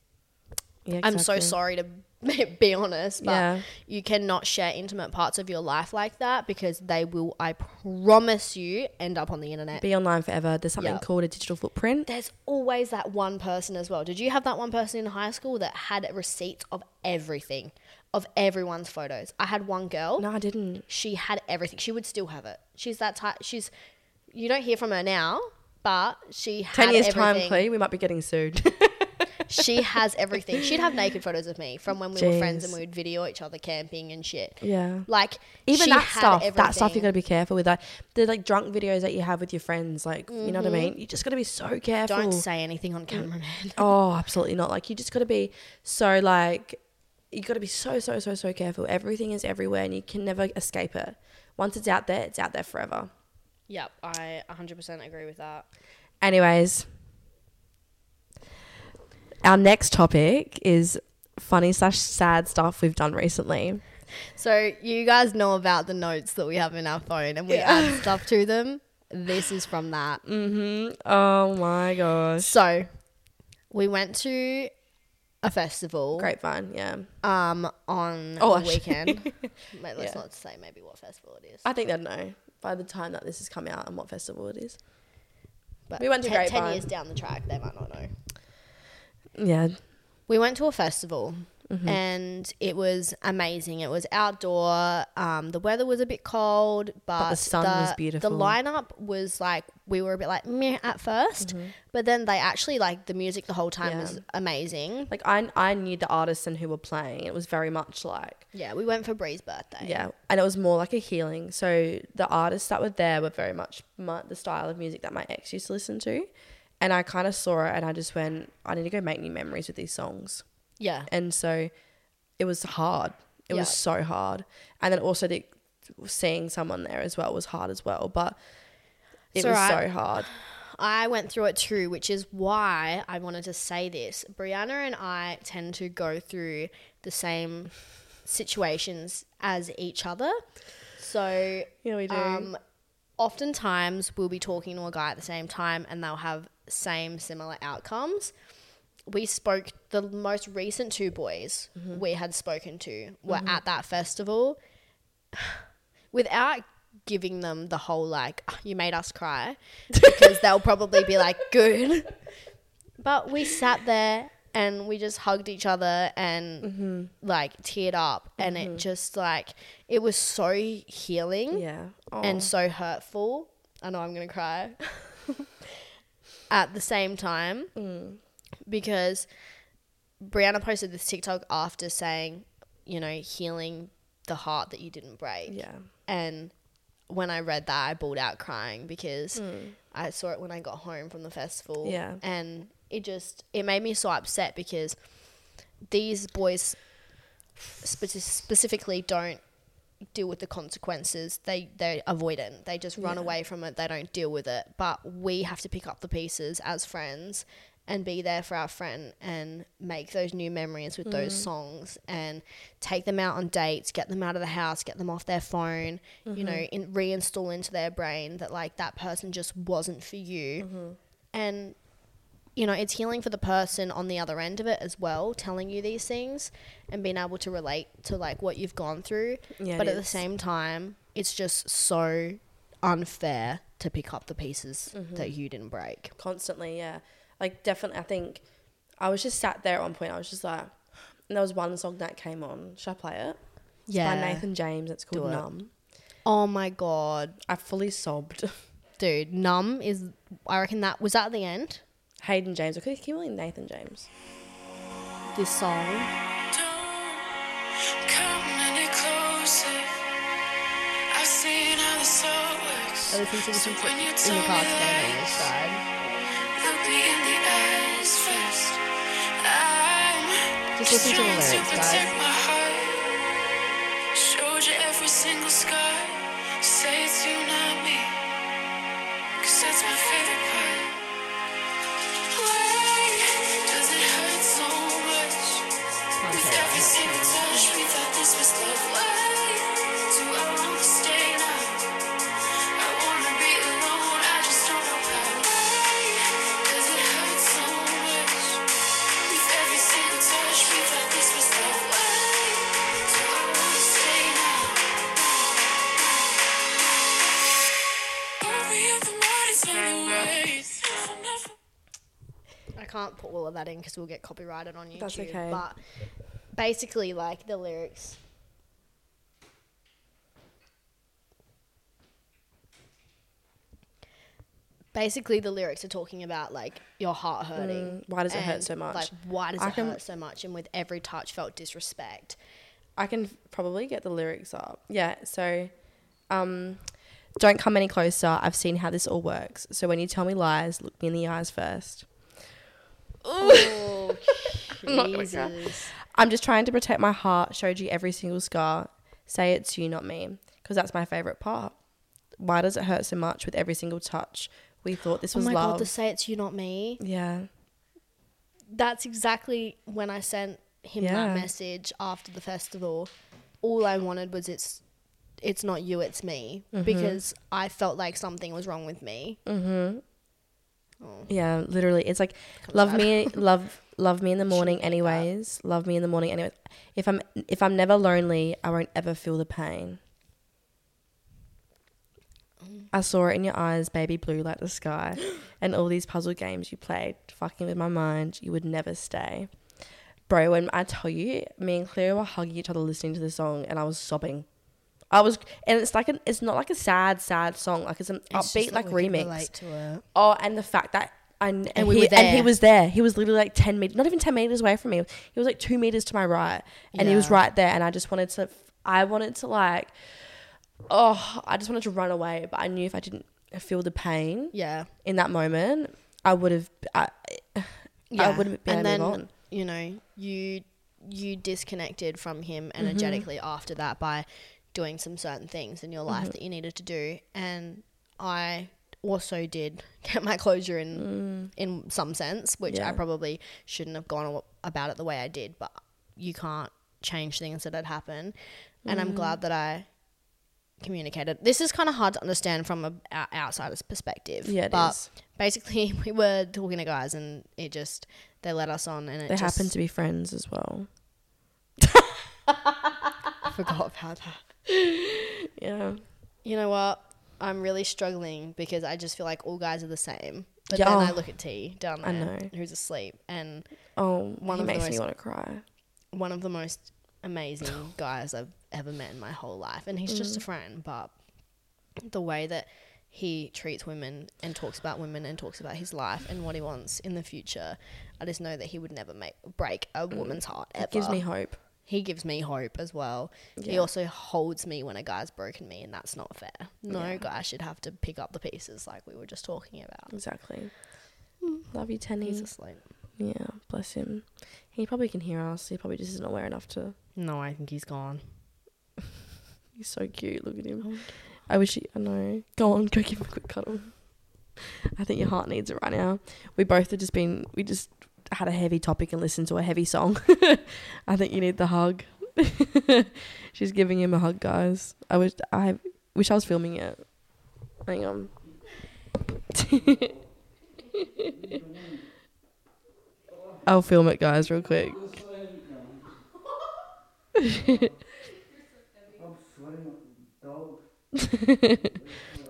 [SPEAKER 2] yeah,
[SPEAKER 1] I'm so
[SPEAKER 2] exactly.
[SPEAKER 1] sorry to be honest, but
[SPEAKER 2] Yeah.
[SPEAKER 1] you cannot share intimate parts of your life like that because they will, I promise you, end up on the internet.
[SPEAKER 2] Be online forever. There's something
[SPEAKER 1] Yeah.
[SPEAKER 2] called a digital footprint.
[SPEAKER 1] there's always that one person as well. Did you have that one person in high school that had receipts of everything, of everyone's photos? I had one girl.
[SPEAKER 2] No, I didn't.
[SPEAKER 1] She had everything. She would still have it. She's that type. She's. You don't hear from her now, but she had
[SPEAKER 2] Ten years time,
[SPEAKER 1] everything.
[SPEAKER 2] Clee, we might be getting sued.
[SPEAKER 1] she has everything. She'd have naked photos of me from when we were friends
[SPEAKER 2] Jeez.
[SPEAKER 1] and we would video each other camping and shit.
[SPEAKER 2] Yeah.
[SPEAKER 1] Like
[SPEAKER 2] even
[SPEAKER 1] she
[SPEAKER 2] that
[SPEAKER 1] had
[SPEAKER 2] stuff that stuff
[SPEAKER 1] everything.
[SPEAKER 2] you gotta be careful with like the like drunk videos that you have with your friends like you know what i mean you just gotta be so careful
[SPEAKER 1] Mm-hmm. Don't say anything on camera, man.
[SPEAKER 2] oh absolutely not like you just gotta be so like you gotta be so so so so careful everything is everywhere and you can never escape it once it's out there it's out there forever
[SPEAKER 1] Yep, I 100% agree with that.
[SPEAKER 2] anyways our next topic is funny slash sad stuff we've done recently
[SPEAKER 1] So you guys know about the notes that we have in our phone and we add stuff to
[SPEAKER 2] Mm.
[SPEAKER 1] them. This is from that.
[SPEAKER 2] oh my Mm-hmm. gosh
[SPEAKER 1] So we went to a festival
[SPEAKER 2] Grapevine, yeah.
[SPEAKER 1] um on
[SPEAKER 2] Oh,
[SPEAKER 1] a
[SPEAKER 2] actually.
[SPEAKER 1] weekend. Mate, let's
[SPEAKER 2] Yeah.
[SPEAKER 1] not say maybe what festival it is.
[SPEAKER 2] I think they'd know by the time that this has come out and what festival it is.
[SPEAKER 1] But
[SPEAKER 2] we went to
[SPEAKER 1] ten- ten
[SPEAKER 2] Grapevine.
[SPEAKER 1] years down the track, they might not know.
[SPEAKER 2] Yeah.
[SPEAKER 1] we went to a festival
[SPEAKER 2] Mm-hmm.
[SPEAKER 1] and it was amazing. It was outdoor. Um, the weather was a bit cold, but,
[SPEAKER 2] the sun was beautiful.
[SPEAKER 1] The lineup was like we were a bit like meh at 1st but then they actually like the music the whole time
[SPEAKER 2] Mm-hmm. Yeah.
[SPEAKER 1] was amazing.
[SPEAKER 2] Like I I knew the artists and who were playing. It was very much like
[SPEAKER 1] Yeah, we went for Bree's birthday.
[SPEAKER 2] yeah, and it was more like a healing. So the artists that were there were very much my, the style of music that my ex used to listen to, and I kind of saw it and I just went, I need to go make new memories with these songs.
[SPEAKER 1] yeah,
[SPEAKER 2] and so it was hard. It was
[SPEAKER 1] Yeah.
[SPEAKER 2] so hard, and then also the, seeing someone there as well was hard as well. But it
[SPEAKER 1] It's
[SPEAKER 2] was
[SPEAKER 1] alright.
[SPEAKER 2] so hard.
[SPEAKER 1] I went through it too, which is why I wanted to say this. Brianna and I tend to go through the same situations as each other. So
[SPEAKER 2] Yeah, we do.
[SPEAKER 1] Um, oftentimes we'll be talking to a guy at the same time and they'll have same similar outcomes. We spoke the most recent two boys we had spoken to were at that festival without giving them the whole like "Ah, you made us cry because they'll probably be like good. But we sat there and we just hugged each other and like teared up and it just like it was so healing
[SPEAKER 2] yeah,
[SPEAKER 1] and so hurtful. I know I'm going to cry. At the same time, because Brianna posted this TikTok after saying, you know, healing the heart that you didn't break.
[SPEAKER 2] yeah,
[SPEAKER 1] And when I read that, I bawled out crying because I saw it when I got home from the festival.
[SPEAKER 2] Yeah.
[SPEAKER 1] And it just, it made me so upset because these boys speci- specifically don't deal with the consequences. They, they're avoidant. They just run away from it. They don't deal with it. But we have to pick up the pieces as friends and be there for our friend and make those new memories with those songs and take them out on dates, get them out of the house, get them off their phone, you know, in, reinstall into their brain that like that person just wasn't for you. And you know, it's healing for the person on the other end of it as well, telling you these things and being able to relate to like what you've gone through.
[SPEAKER 2] Yeah,
[SPEAKER 1] but
[SPEAKER 2] it
[SPEAKER 1] at the
[SPEAKER 2] is.
[SPEAKER 1] same time, it's just so unfair to pick up the pieces
[SPEAKER 2] Mm-hmm.
[SPEAKER 1] that you didn't break.
[SPEAKER 2] constantly. Yeah, like definitely. I think I was just sat there at one point. I was just like, and there was one song that came on. Should I play it? It's
[SPEAKER 1] Yeah.
[SPEAKER 2] by Nathan James. It's called
[SPEAKER 1] Do it.
[SPEAKER 2] Numb.
[SPEAKER 1] Oh my god,
[SPEAKER 2] I fully sobbed.
[SPEAKER 1] dude, numb is I reckon that was that the end
[SPEAKER 2] Hayden James. I could keep calling him Nathan James.
[SPEAKER 1] this song.
[SPEAKER 4] Don't come any closer. I've seen how the soul works.
[SPEAKER 1] I listened to this
[SPEAKER 4] So
[SPEAKER 1] in,
[SPEAKER 4] when you
[SPEAKER 1] in
[SPEAKER 4] tell
[SPEAKER 1] the
[SPEAKER 4] me
[SPEAKER 1] car today and I
[SPEAKER 4] lies,
[SPEAKER 1] almost died.
[SPEAKER 4] Look me in the eyes first. I'm
[SPEAKER 1] Just listen to the
[SPEAKER 4] trying
[SPEAKER 1] lyrics, guys.
[SPEAKER 4] protect my heart. Showed you every single scar. Say it's you, not me. 'Cause that's my favorite part. Why does it hurt so much? With every single touch, we thought this was love. Why do I want to stay now? I wanna be alone, I just don't know how. Why does it hurt so much? With every single touch, we thought this was love. Why do I wanna stay now? Every other morning's anyways. I'll never
[SPEAKER 1] I can't put all of that in because we'll get copyrighted on YouTube.
[SPEAKER 2] That's okay.
[SPEAKER 1] But basically, like the lyrics. Basically, the lyrics are talking about like your heart hurting.
[SPEAKER 2] Mm, why does it hurt
[SPEAKER 1] and,
[SPEAKER 2] so much?
[SPEAKER 1] Like, why does
[SPEAKER 2] I
[SPEAKER 1] it
[SPEAKER 2] can-
[SPEAKER 1] hurt so much? And with every touch, felt disrespect.
[SPEAKER 2] I can probably get the lyrics up. Yeah, so um don't come any closer. I've seen how this all works. So when you tell me lies, look me in the eyes first.
[SPEAKER 1] Oh,
[SPEAKER 2] Not gonna cry.
[SPEAKER 1] Jesus.
[SPEAKER 2] I'm just trying to protect my heart, showed you every single scar. Say it's you, not me, because that's my favorite part. Why does it hurt so much with every single touch? We thought this
[SPEAKER 1] Oh
[SPEAKER 2] was
[SPEAKER 1] my
[SPEAKER 2] love.
[SPEAKER 1] god, to say it's you, not me.
[SPEAKER 2] yeah.
[SPEAKER 1] that's exactly when I sent him
[SPEAKER 2] Yeah.
[SPEAKER 1] that message after the festival. All I wanted was it's it's not you, it's me because I felt like something was wrong with me. Mm-hmm.
[SPEAKER 2] Yeah, literally. It's like love
[SPEAKER 1] sad.
[SPEAKER 2] me love love me in the morning anyways. Love me in the morning anyways. If I'm if I'm never lonely, I won't ever feel the pain. I saw it in your eyes, baby blue like the sky. and all these puzzle games you played, fucking with my mind, you would never stay. Bro, when I tell you, me and Cleo were hugging each other listening to the song and I was sobbing. I was and it's like an it's not like a sad, sad song, like it's an upbeat like remix. Oh, and the fact that I and,
[SPEAKER 1] And we
[SPEAKER 2] he,
[SPEAKER 1] were
[SPEAKER 2] and he
[SPEAKER 1] there.
[SPEAKER 2] was there. He was literally like ten meters, not even ten meters away from me. He was like two meters to my right, and he was
[SPEAKER 1] Yeah.
[SPEAKER 2] right there. And I just wanted to, I wanted to like, oh, I just wanted to run away. But I knew if I didn't feel the pain
[SPEAKER 1] Yeah.
[SPEAKER 2] in that moment, I would have, I,
[SPEAKER 1] Yeah.
[SPEAKER 2] I would have been
[SPEAKER 1] and
[SPEAKER 2] able to move
[SPEAKER 1] then
[SPEAKER 2] on.
[SPEAKER 1] you know you you disconnected from him
[SPEAKER 2] Mm-hmm.
[SPEAKER 1] energetically after that by doing some certain things in your
[SPEAKER 2] Mm-hmm.
[SPEAKER 1] life that you needed to do, and I also did get my closure in in some sense, which I
[SPEAKER 2] Mm. Yeah.
[SPEAKER 1] probably shouldn't have gone about it the way I did, but you can't change things that had happened, and I'm glad
[SPEAKER 2] Mm.
[SPEAKER 1] that I communicated. This is kind of hard to understand from an outsider's perspective.
[SPEAKER 2] Yeah, it
[SPEAKER 1] but
[SPEAKER 2] is.
[SPEAKER 1] basically, we were talking to guys, and it just they let us on, and it
[SPEAKER 2] They
[SPEAKER 1] just
[SPEAKER 2] happen to be friends as well.
[SPEAKER 1] forgot about that.
[SPEAKER 2] Yeah,
[SPEAKER 1] You know what? I'm really struggling because I just feel like all guys are the same. But
[SPEAKER 2] Yeah.
[SPEAKER 1] then I look at T down there,
[SPEAKER 2] I know.
[SPEAKER 1] who's asleep, and
[SPEAKER 2] oh,
[SPEAKER 1] One
[SPEAKER 2] one
[SPEAKER 1] of the
[SPEAKER 2] he makes
[SPEAKER 1] most-
[SPEAKER 2] me want to cry.
[SPEAKER 1] one of the most amazing guys I've ever met in my whole life, and he's
[SPEAKER 2] Mm.
[SPEAKER 1] just a friend. But the way that he treats women and talks about women and talks about his life and what he wants in the future, I just know that he would never make break a woman's heart ever.
[SPEAKER 2] Mm. It gives me hope.
[SPEAKER 1] he gives me hope as well. He
[SPEAKER 2] Yeah.
[SPEAKER 1] also holds me when a guy's broken me, and that's not fair. No guy should have to pick up the pieces like we were just talking about.
[SPEAKER 2] Exactly. Love you, Tenny.
[SPEAKER 1] Mm. He's asleep.
[SPEAKER 2] Yeah, bless him. He probably can hear us. He probably just isn't aware enough to.
[SPEAKER 1] No, I think he's gone.
[SPEAKER 2] He's so cute. Look at him. I wish he. I know. Go on, go give him a quick cuddle. I think your heart needs it right now. We both have just been. We just had a heavy topic and listened to a heavy song. I think you need the hug. She's giving him a hug, guys. I wish I wish I was filming it. Hang on. I'll film it, guys, real quick.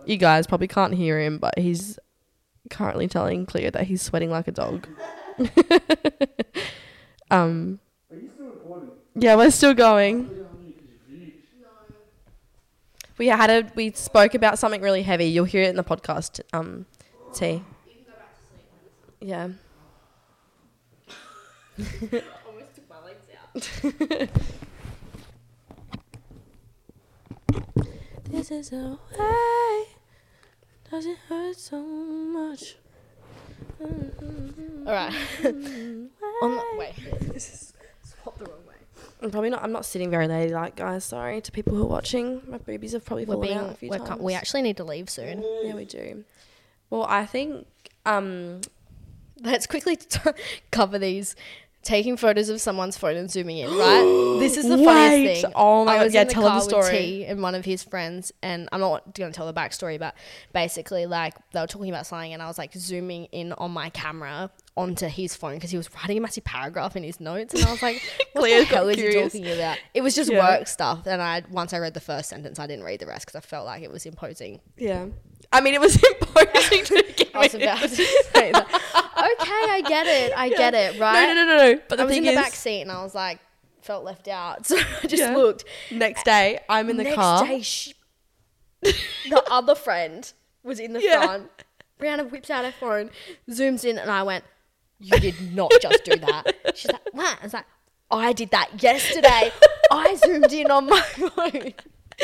[SPEAKER 2] You guys probably can't hear him, but he's currently telling Cleo that he's sweating like a dog. um. Yeah, we're still going. We had a we spoke about something really heavy. You'll hear it in the podcast. Um, T. Yeah. This is a way. Does it hurt so much?
[SPEAKER 1] All right. On the way. This is swap the wrong way.
[SPEAKER 2] I'm probably not. I'm not sitting very ladylike, guys. Sorry to people who are watching. My boobies have probably
[SPEAKER 1] We're
[SPEAKER 2] fallen
[SPEAKER 1] being.
[SPEAKER 2] out a few
[SPEAKER 1] we're
[SPEAKER 2] times.
[SPEAKER 1] co- we actually need to leave soon.
[SPEAKER 2] yeah, we do. Well, I think um,
[SPEAKER 1] Let's quickly t- cover these. Taking photos of someone's phone and zooming in, right? this is the
[SPEAKER 2] Wait.
[SPEAKER 1] funniest thing.
[SPEAKER 2] Oh my
[SPEAKER 1] I
[SPEAKER 2] God.
[SPEAKER 1] was
[SPEAKER 2] Yeah,
[SPEAKER 1] in the
[SPEAKER 2] tell her
[SPEAKER 1] car
[SPEAKER 2] the
[SPEAKER 1] with
[SPEAKER 2] story.
[SPEAKER 1] T and one of his friends, and I'm not going to tell the backstory, but basically, like they were talking about something, and I was like zooming in on my camera onto his phone because he was writing a massive paragraph in his notes, and I was like, "What the
[SPEAKER 2] Cleo's got
[SPEAKER 1] hell is he
[SPEAKER 2] curious.
[SPEAKER 1] talking about?" It was just
[SPEAKER 2] Yeah.
[SPEAKER 1] work stuff, and I once I read the first sentence, I didn't read the rest because I felt like it was imposing.
[SPEAKER 2] yeah. I mean, it was imposing to begin
[SPEAKER 1] I was
[SPEAKER 2] with.
[SPEAKER 1] about to say that. Okay, I get it. I get it. Right?
[SPEAKER 2] No, no, no, no, no. But the
[SPEAKER 1] I was
[SPEAKER 2] thing
[SPEAKER 1] in the
[SPEAKER 2] is,
[SPEAKER 1] back seat and I was like, felt left out. So I just
[SPEAKER 2] Yeah.
[SPEAKER 1] looked.
[SPEAKER 2] next day, I'm in the
[SPEAKER 1] Next
[SPEAKER 2] car.
[SPEAKER 1] day, she, the other friend was in the
[SPEAKER 2] Yeah.
[SPEAKER 1] front. Brianna whips out her phone, zooms in, and I went, You did not just do that. She's like, What? I was like, I did that yesterday. I zoomed in on my phone.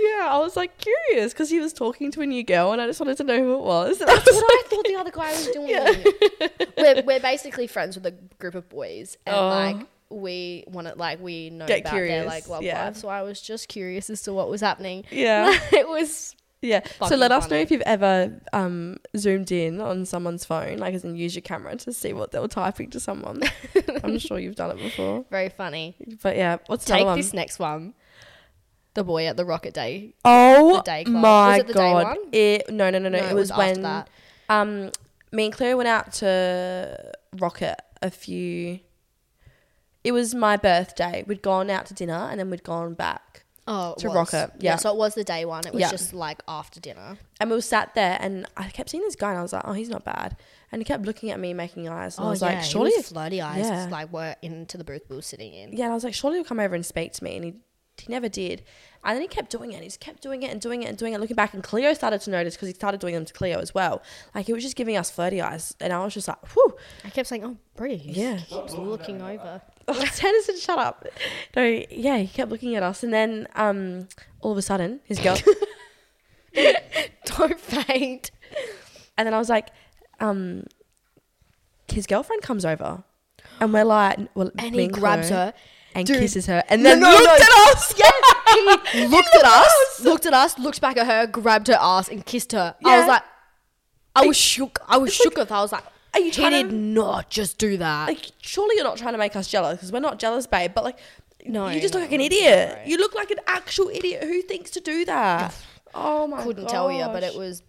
[SPEAKER 2] yeah, I was like curious because he was talking to a new girl, and I just wanted to know who it was. And
[SPEAKER 1] That's what I thought the other guy was doing. we're, we're basically friends with a group of boys, and
[SPEAKER 2] Oh.
[SPEAKER 1] like we want to like we know
[SPEAKER 2] Get
[SPEAKER 1] about their
[SPEAKER 2] curious,
[SPEAKER 1] like love
[SPEAKER 2] yeah.
[SPEAKER 1] life. So I was just curious as to what was happening.
[SPEAKER 2] Yeah.
[SPEAKER 1] it was.
[SPEAKER 2] Yeah. So
[SPEAKER 1] fucking
[SPEAKER 2] let us know
[SPEAKER 1] funny.
[SPEAKER 2] if you've ever um, zoomed in on someone's phone, like as in use your camera to see what they were typing to someone. I'm sure you've done it before.
[SPEAKER 1] Very funny.
[SPEAKER 2] But yeah, what's another
[SPEAKER 1] Take
[SPEAKER 2] one?
[SPEAKER 1] this next one. The boy at the rocket day.
[SPEAKER 2] oh
[SPEAKER 1] the day club.
[SPEAKER 2] my
[SPEAKER 1] Was it the day
[SPEAKER 2] god!
[SPEAKER 1] one?
[SPEAKER 2] It no no no no.
[SPEAKER 1] No,
[SPEAKER 2] it,
[SPEAKER 1] it was
[SPEAKER 2] was,
[SPEAKER 1] after
[SPEAKER 2] when
[SPEAKER 1] that.
[SPEAKER 2] um me and Claire went out to Rocket a few. It was my birthday. We'd gone out to dinner and then we'd gone back.
[SPEAKER 1] Oh, it
[SPEAKER 2] To
[SPEAKER 1] was.
[SPEAKER 2] Rocket, yeah.
[SPEAKER 1] So it was the day one. It was
[SPEAKER 2] Yeah. Oh,
[SPEAKER 1] just like after dinner.
[SPEAKER 2] And we were sat there and I kept seeing this guy and I was like, oh, he's not bad. And he kept looking at me making eyes. And I was
[SPEAKER 1] Oh, yeah.
[SPEAKER 2] like,
[SPEAKER 1] he
[SPEAKER 2] surely.
[SPEAKER 1] was flirty eyes.
[SPEAKER 2] Yeah.
[SPEAKER 1] Like were into the booth we were sitting in.
[SPEAKER 2] yeah, and I was like, surely he'll come over and speak to me. And he, he never did. And then he kept doing it. And he just kept doing it and doing it and doing it. Looking back, and Cleo started to notice because he started doing them to Cleo as well. Like he was just giving us flirty eyes, and I was just like, "Whew,
[SPEAKER 1] I kept saying, "Oh, pretty." He
[SPEAKER 2] Yeah.
[SPEAKER 1] just keeps looking over.
[SPEAKER 2] Sanderson, shut up!" No, yeah, he kept looking at us, and then um, all of a sudden, his girl,
[SPEAKER 1] Don't faint.
[SPEAKER 2] and then I was like, um, his girlfriend comes over, and we're like, well,
[SPEAKER 1] And
[SPEAKER 2] me
[SPEAKER 1] he grabs
[SPEAKER 2] Chloe,
[SPEAKER 1] her.
[SPEAKER 2] and
[SPEAKER 1] Dude.
[SPEAKER 2] kisses her, and
[SPEAKER 1] No,
[SPEAKER 2] then
[SPEAKER 1] no,
[SPEAKER 2] looked
[SPEAKER 1] no.
[SPEAKER 2] at us.
[SPEAKER 1] Yeah. He looked at us. Looked at us. Looked back at her. Grabbed her ass and kissed her. I
[SPEAKER 2] Yeah.
[SPEAKER 1] was like, I was shook. I was shook. with. I was like,
[SPEAKER 2] Are you
[SPEAKER 1] he
[SPEAKER 2] trying to-
[SPEAKER 1] did not just do that.
[SPEAKER 2] like surely you're not trying to make us jealous because we're not jealous babe but like
[SPEAKER 1] No,
[SPEAKER 2] you just look
[SPEAKER 1] no,
[SPEAKER 2] like an
[SPEAKER 1] no,
[SPEAKER 2] idiot
[SPEAKER 1] no.
[SPEAKER 2] you look like an actual idiot who thinks to do that oh my
[SPEAKER 1] couldn't tell you, but
[SPEAKER 2] gosh.
[SPEAKER 1] it was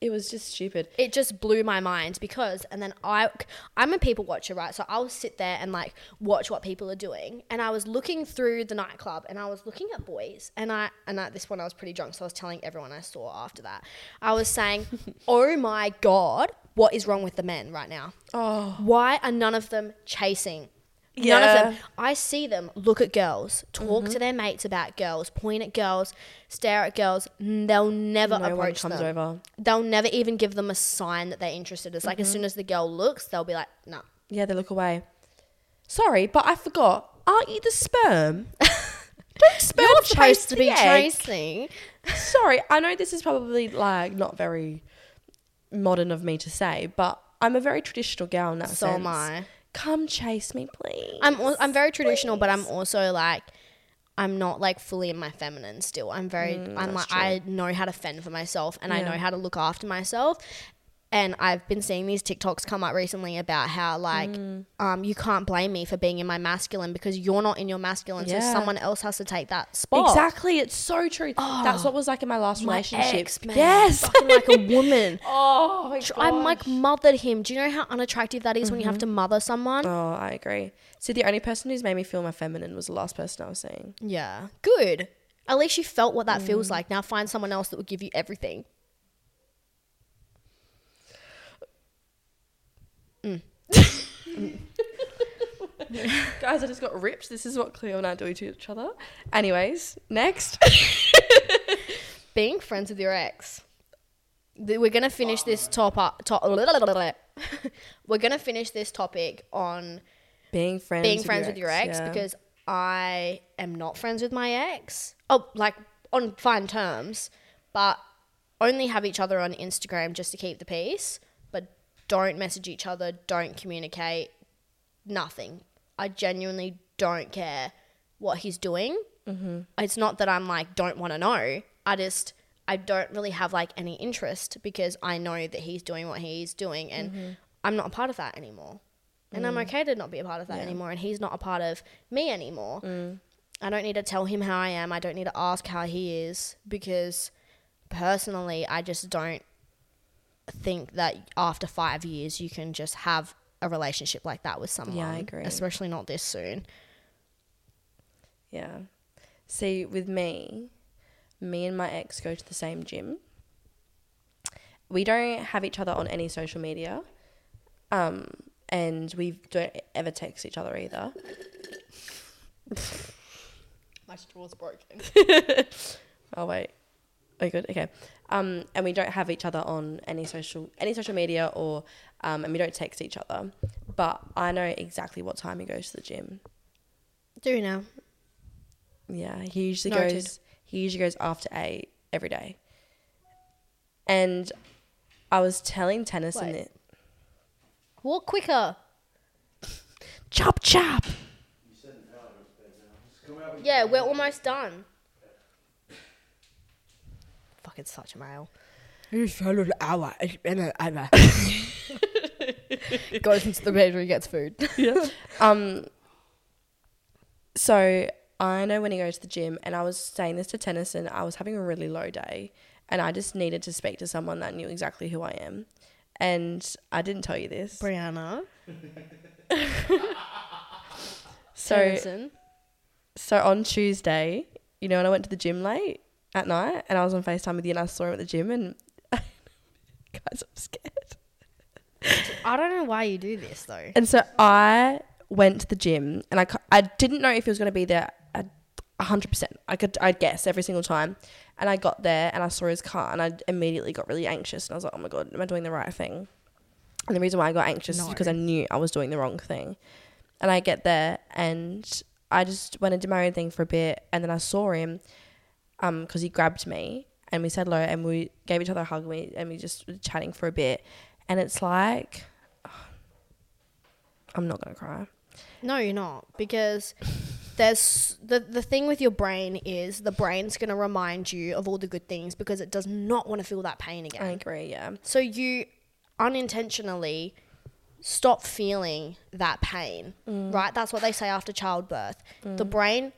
[SPEAKER 2] it was just stupid
[SPEAKER 1] it just blew my mind because and then i i'm a people watcher right so i'll sit there and like watch what people are doing and i was looking through the nightclub and i was looking at boys and i and at this one i was pretty drunk so i was telling everyone i saw after that i was saying oh my god what is wrong with the men right now
[SPEAKER 2] oh
[SPEAKER 1] why are none of them chasing None of
[SPEAKER 2] Yeah. Mm-hmm.
[SPEAKER 1] them. I see them look at girls, talk to their mates about girls, point at girls, stare at girls. N- They'll never
[SPEAKER 2] No one
[SPEAKER 1] approach
[SPEAKER 2] comes
[SPEAKER 1] them.
[SPEAKER 2] over. Mm-hmm.
[SPEAKER 1] They'll never even give them a sign that they're interested. It's like as soon as the girl looks, they'll be like, "No."
[SPEAKER 2] yeah they look away sorry but i forgot aren't you the sperm don't sperm
[SPEAKER 1] You're
[SPEAKER 2] chase
[SPEAKER 1] supposed to
[SPEAKER 2] the
[SPEAKER 1] be
[SPEAKER 2] egg.
[SPEAKER 1] chasing.
[SPEAKER 2] sorry i know this is probably like not very modern of me to say but i'm a very traditional gal in that
[SPEAKER 1] So
[SPEAKER 2] sense
[SPEAKER 1] am I.
[SPEAKER 2] come chase me please
[SPEAKER 1] I'm al- I'm very traditional, but I'm also like I'm not like fully in my feminine still. I'm very I'm like I know how to fend for myself and I
[SPEAKER 2] Mm, Yeah.
[SPEAKER 1] know how to look after myself. And I've been seeing these TikToks come up recently about how like
[SPEAKER 2] Mm.
[SPEAKER 1] um you can't blame me for being in my masculine because you're not in your masculine,
[SPEAKER 2] Yeah.
[SPEAKER 1] so someone else has to take that spot.
[SPEAKER 2] Exactly, it's so true. That's what was like in Oh. my last
[SPEAKER 1] My
[SPEAKER 2] relationship.
[SPEAKER 1] ex, man,
[SPEAKER 2] Yes.
[SPEAKER 1] fucking like a woman.
[SPEAKER 2] oh my
[SPEAKER 1] Tr- I'm like mothered him. Do you know how unattractive that is when you have to
[SPEAKER 2] Mm-hmm.
[SPEAKER 1] mother someone?
[SPEAKER 2] Oh, I agree. So the only person who's made me feel my feminine was the last person I was seeing.
[SPEAKER 1] Yeah. Good. At least you felt what that
[SPEAKER 2] Mm.
[SPEAKER 1] feels like. Now find someone else that will give you everything.
[SPEAKER 2] Guys, I just got ripped. This is what Cleo and I do to each other. Anyways, next.
[SPEAKER 1] Being friends with your ex. Th- We're gonna finish this top up. Top, we're gonna finish this topic on
[SPEAKER 2] Being friends.
[SPEAKER 1] being friends with your ex
[SPEAKER 2] yeah.
[SPEAKER 1] because I am not friends with my ex. Oh, like on fine terms, but only have each other on Instagram just to keep the peace, but don't message each other, don't communicate, nothing. I genuinely don't care what he's doing. Mm-hmm. It's not that I'm like, don't want to know. I just, I don't really have like any interest because I know that he's doing what he's doing and I'm not a part of that anymore. And I'm okay to not be a part of that anymore. And he's not a part of me anymore. I don't need to tell him how I am. I don't need to ask how he is because personally, I just don't think that after five years you can just have a relationship like that with someone.
[SPEAKER 2] agree.
[SPEAKER 1] Especially not this soon.
[SPEAKER 2] Yeah. See, with me, me and my ex go to the same gym. We don't have each other on any social media. Um, and we don't ever text each other either.
[SPEAKER 1] My straw's broken.
[SPEAKER 2] Oh wait. Oh good, okay. Um, and we don't have each other on any social any social media or um, and we don't text each other. But I know exactly what time he goes to the gym.
[SPEAKER 1] Do you know?
[SPEAKER 2] Yeah, he usually
[SPEAKER 1] Noted.
[SPEAKER 2] goes. He usually goes after eight every day. And I was telling Tennyson
[SPEAKER 1] Wait.
[SPEAKER 2] that
[SPEAKER 1] Walk quicker.
[SPEAKER 2] chop chop.
[SPEAKER 1] Yeah, we're almost done. Fucking such a male. Goes into the bedroom, gets food.
[SPEAKER 2] Um. So I know when he goes to the gym, and I was saying this to Tennyson. I was having a really low day, and I just needed to speak to someone that knew exactly who I am. And I didn't tell you this.
[SPEAKER 1] Brianna.
[SPEAKER 2] so
[SPEAKER 1] Tennyson.
[SPEAKER 2] so on Tuesday, you know, when I went to the gym late at night and I was on FaceTime with you and I saw him at the gym and guys, I'm scared.
[SPEAKER 1] I don't know why you do this though.
[SPEAKER 2] And so I went to the gym and I, cu- I didn't know if he was going to be there at 100%. I could, I'd guess every single time. And I got there and I saw his car and I immediately got really anxious and I was like, oh my God, am I doing the right thing? And the reason why I got anxious is
[SPEAKER 1] No.
[SPEAKER 2] because I knew I was doing the wrong thing. And I get there and I just went and did my own thing for a bit and then I saw him um because he grabbed me and we said hello and we gave each other a hug and we, and we just were chatting for a bit and it's like I'm not gonna cry.
[SPEAKER 1] No, you're not because there's the the thing with your brain is the brain's going to remind you of all the good things because it does not want to feel that pain again.
[SPEAKER 2] I agree, yeah.
[SPEAKER 1] So you unintentionally stop feeling that pain,
[SPEAKER 2] Mm.
[SPEAKER 1] right? That's what they say after childbirth. The brain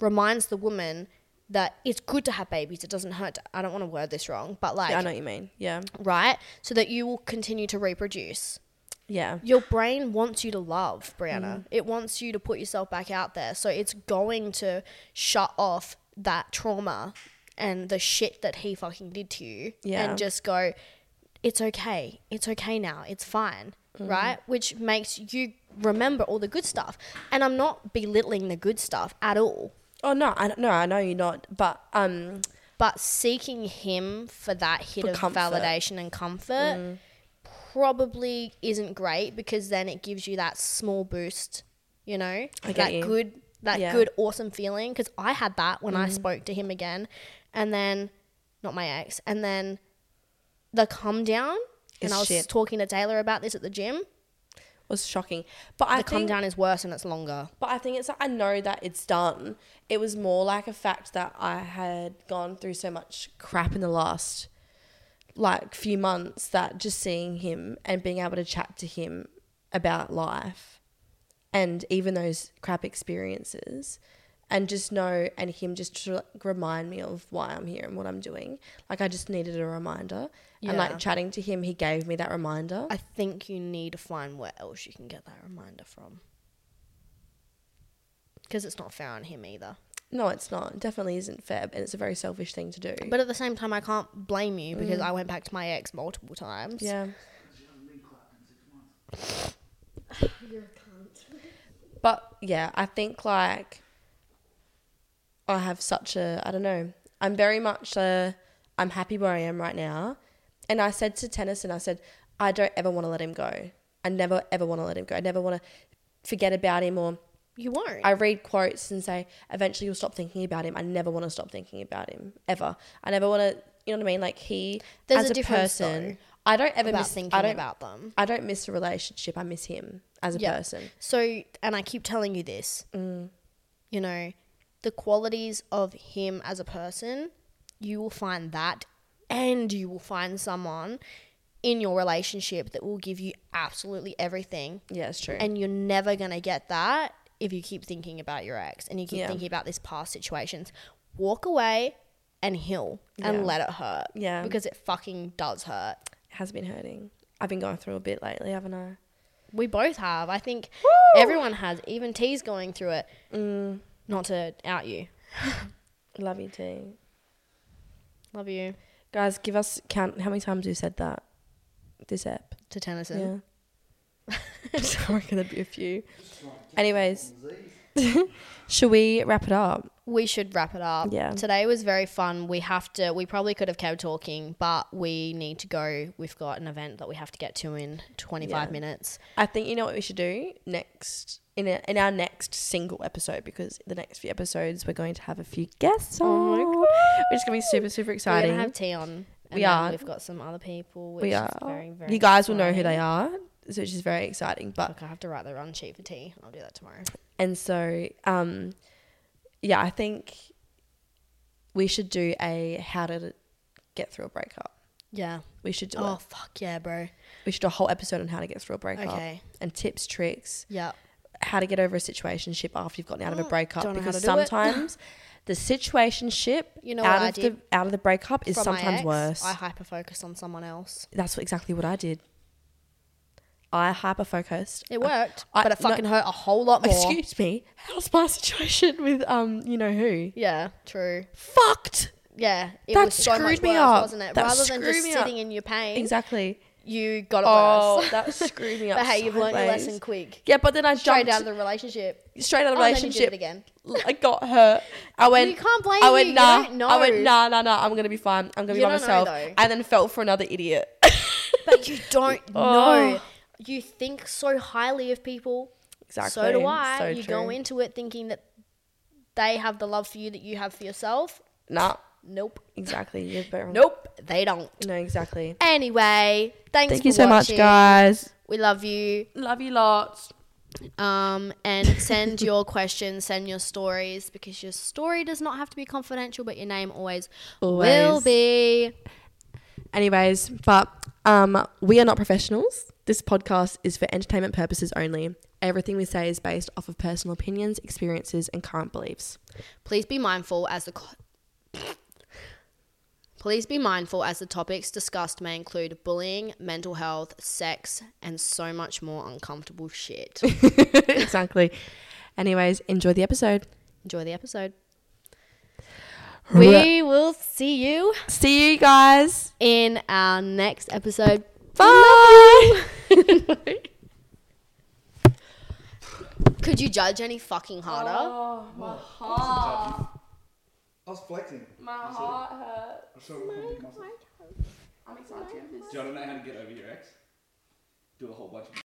[SPEAKER 1] reminds the woman that it's good to have babies. It doesn't hurt. to- I don't want to word this wrong, but like,
[SPEAKER 2] yeah. I know what you mean. Yeah.
[SPEAKER 1] right? So that you will continue to reproduce.
[SPEAKER 2] Yeah. Mm-hmm.
[SPEAKER 1] Your brain wants you to love, Brianna. It wants you to put yourself back out there. So it's going to shut off that trauma and the shit that he fucking did to you
[SPEAKER 2] Yeah.
[SPEAKER 1] and just go, it's okay. It's okay now. It's fine.
[SPEAKER 2] Mm-hmm.
[SPEAKER 1] Right? Which makes you remember all the good stuff. And I'm not belittling the good stuff at all,
[SPEAKER 2] Oh no, I no, I know you're not, but um
[SPEAKER 1] but seeking him for that hit
[SPEAKER 2] For
[SPEAKER 1] of
[SPEAKER 2] comfort. Mm.
[SPEAKER 1] validation and comfort. Probably isn't great because then it gives you that small boost, you know,
[SPEAKER 2] get
[SPEAKER 1] that
[SPEAKER 2] you.
[SPEAKER 1] good, that
[SPEAKER 2] Yeah. Mm.
[SPEAKER 1] good, awesome feeling. Because I had that when I spoke to him again, and then not my ex, and then the come down. And
[SPEAKER 2] It's
[SPEAKER 1] I was
[SPEAKER 2] shit.
[SPEAKER 1] talking to Taylor about this at the gym.
[SPEAKER 2] was shocking. But
[SPEAKER 1] The
[SPEAKER 2] I
[SPEAKER 1] come
[SPEAKER 2] think
[SPEAKER 1] down is worse and it's longer.
[SPEAKER 2] But I think it's I know that it's done. It was more like a fact that I had gone through so much crap in the last like few months that just seeing him and being able to chat to him about life and even those crap experiences and just know and him just to like, remind me of why I'm here and what I'm doing. Like I just needed a reminder. And
[SPEAKER 1] Yeah.
[SPEAKER 2] like chatting to him, he gave me that reminder.
[SPEAKER 1] I think you need to find where else you can get that reminder from. Because it's not fair on him either.
[SPEAKER 2] no, it's not. It definitely isn't fair and it's a very selfish thing to do.
[SPEAKER 1] But at the same time, I can't blame you because I went back to my ex multiple times.
[SPEAKER 2] Mm. Yeah. But yeah, I think like I have such a I don't know. I'm very much a I'm happy where I am right now. And I said to Tennyson, I said, I don't ever want to let him go. I never ever want to let him go. I never want to forget about him or
[SPEAKER 1] You won't.
[SPEAKER 2] I read quotes and say, eventually you'll stop thinking about him. I never want to stop thinking about him ever. I never want to, you know what I mean? Like he,
[SPEAKER 1] There's a
[SPEAKER 2] as a,
[SPEAKER 1] difference,
[SPEAKER 2] person,
[SPEAKER 1] though,
[SPEAKER 2] I don't ever
[SPEAKER 1] about
[SPEAKER 2] miss.
[SPEAKER 1] thinking
[SPEAKER 2] I don't.
[SPEAKER 1] about them.
[SPEAKER 2] I don't miss a relationship. I miss him as a
[SPEAKER 1] Yeah.
[SPEAKER 2] person.
[SPEAKER 1] So, and I keep telling you this,
[SPEAKER 2] Mm.
[SPEAKER 1] you know, the qualities of him as a person, you will find that, and you will find someone in your relationship that will give you absolutely everything.
[SPEAKER 2] Yeah, it's true.
[SPEAKER 1] And you're never going to get that if you keep thinking about your ex and you keep
[SPEAKER 2] Yeah.
[SPEAKER 1] thinking about these past situations. Walk away and heal and
[SPEAKER 2] Yeah.
[SPEAKER 1] let it hurt.
[SPEAKER 2] Yeah.
[SPEAKER 1] Because it fucking does hurt.
[SPEAKER 2] it has been hurting. I've been going through a bit lately, haven't I?
[SPEAKER 1] We both have. I think everyone has. Even T's going through it.
[SPEAKER 2] Mm.
[SPEAKER 1] Not to out you.
[SPEAKER 2] Love you too,
[SPEAKER 1] Love you.
[SPEAKER 2] guys. Give us count. How many times you said that this app?
[SPEAKER 1] To Tennyson.
[SPEAKER 2] Yeah. It's probably gonna be a few. Anyways, should we wrap it up?
[SPEAKER 1] We should wrap it up.
[SPEAKER 2] Yeah.
[SPEAKER 1] Today was very fun. We have to, we probably could have kept talking, but we need to go. We've got an event that we have to get to in 25
[SPEAKER 2] Yeah.
[SPEAKER 1] minutes.
[SPEAKER 2] I think you know what we should do next in a, in our next single episode because the next few episodes we're going to have a few guests on,
[SPEAKER 1] Oh my
[SPEAKER 2] which is gonna be super super
[SPEAKER 1] We're going
[SPEAKER 2] exciting.
[SPEAKER 1] to have T on. And
[SPEAKER 2] We
[SPEAKER 1] then
[SPEAKER 2] are.
[SPEAKER 1] We've got some other people. Which
[SPEAKER 2] we are.
[SPEAKER 1] Is very, very
[SPEAKER 2] you guys will know who
[SPEAKER 1] exciting.
[SPEAKER 2] they are, so which is very exciting. But
[SPEAKER 1] Look, I have to write the run sheet for T. I'll do that tomorrow.
[SPEAKER 2] and so um, yeah, I think we should do a how to get through a breakup.
[SPEAKER 1] Yeah.
[SPEAKER 2] We should do
[SPEAKER 1] Oh,
[SPEAKER 2] it.
[SPEAKER 1] fuck yeah, bro.
[SPEAKER 2] We should do a whole episode on how to get through a breakup
[SPEAKER 1] Okay.
[SPEAKER 2] and tips, tricks,
[SPEAKER 1] Yeah.
[SPEAKER 2] how to get over a situationship after you've gotten out of a
[SPEAKER 1] Oh,
[SPEAKER 2] breakup
[SPEAKER 1] don't know how
[SPEAKER 2] because
[SPEAKER 1] to do it.
[SPEAKER 2] sometimes The situationship
[SPEAKER 1] You know
[SPEAKER 2] out
[SPEAKER 1] what I
[SPEAKER 2] of
[SPEAKER 1] did
[SPEAKER 2] the out of the breakup is
[SPEAKER 1] From my
[SPEAKER 2] sometimes
[SPEAKER 1] ex,
[SPEAKER 2] worse.
[SPEAKER 1] I hyper focus on someone else.
[SPEAKER 2] That's what, exactly what I did. I hyper focused.
[SPEAKER 1] It worked,
[SPEAKER 2] I-
[SPEAKER 1] but it
[SPEAKER 2] no-
[SPEAKER 1] fucking hurt a whole lot more.
[SPEAKER 2] Excuse me. How's my situation with um, you know who?
[SPEAKER 1] Yeah, true.
[SPEAKER 2] Fucked.
[SPEAKER 1] Yeah, it
[SPEAKER 2] That
[SPEAKER 1] was so much
[SPEAKER 2] screwed me
[SPEAKER 1] worse,
[SPEAKER 2] up.
[SPEAKER 1] wasn't it?
[SPEAKER 2] That
[SPEAKER 1] Rather than
[SPEAKER 2] screwed
[SPEAKER 1] just
[SPEAKER 2] me up.
[SPEAKER 1] sitting in your pain,
[SPEAKER 2] Exactly.
[SPEAKER 1] you got it
[SPEAKER 2] Oh,
[SPEAKER 1] worse.
[SPEAKER 2] that screwed me up.
[SPEAKER 1] but hey, you've learned your
[SPEAKER 2] sideways.
[SPEAKER 1] lesson quick.
[SPEAKER 2] Yeah, but then I
[SPEAKER 1] Straight
[SPEAKER 2] jumped
[SPEAKER 1] out of the relationship.
[SPEAKER 2] straight out of the
[SPEAKER 1] Oh, and then you did
[SPEAKER 2] relationship.
[SPEAKER 1] it again.
[SPEAKER 2] I got hurt. I went.
[SPEAKER 1] You can't blame
[SPEAKER 2] I went
[SPEAKER 1] you, you
[SPEAKER 2] nah.
[SPEAKER 1] don't know.
[SPEAKER 2] I went nah, nah, nah. I'm gonna be fine. I'm gonna
[SPEAKER 1] You
[SPEAKER 2] be by
[SPEAKER 1] don't know,
[SPEAKER 2] myself.
[SPEAKER 1] though.
[SPEAKER 2] and then fell for another idiot.
[SPEAKER 1] But you don't know.
[SPEAKER 2] Oh.
[SPEAKER 1] You think so highly of people.
[SPEAKER 2] exactly.
[SPEAKER 1] So do I.
[SPEAKER 2] So
[SPEAKER 1] you go
[SPEAKER 2] true.
[SPEAKER 1] into it thinking that they have the love for you that you have for yourself.
[SPEAKER 2] Nah.
[SPEAKER 1] Nope.
[SPEAKER 2] Exactly. You're better.
[SPEAKER 1] Nope. They don't.
[SPEAKER 2] No, exactly.
[SPEAKER 1] Anyway, thanks
[SPEAKER 2] Thank
[SPEAKER 1] for
[SPEAKER 2] you so
[SPEAKER 1] watching.
[SPEAKER 2] much, guys.
[SPEAKER 1] We love you.
[SPEAKER 2] Love you lots.
[SPEAKER 1] Um, and send your questions, send your stories because your story does not have to be confidential, but your name always, will
[SPEAKER 2] Always.
[SPEAKER 1] be.
[SPEAKER 2] Anyways, but um, we are not professionals. This podcast is for entertainment purposes only. Everything we say is based off of personal opinions, experiences, and current beliefs.
[SPEAKER 1] Please be mindful as the. Co- Please be mindful as the topics discussed may include bullying, mental health, sex, and so much more uncomfortable shit.
[SPEAKER 2] exactly. Anyways, enjoy the episode.
[SPEAKER 1] Enjoy the episode. We will see you
[SPEAKER 2] See you guys.
[SPEAKER 1] in our next episode.
[SPEAKER 2] Bye.
[SPEAKER 1] Could you judge any fucking harder?
[SPEAKER 3] I was flexing.
[SPEAKER 2] My heart hurts.
[SPEAKER 3] I saw a whole bunch of muscles.
[SPEAKER 2] I'm excited.
[SPEAKER 3] Do you want to know how to get over your ex? Do a whole bunch of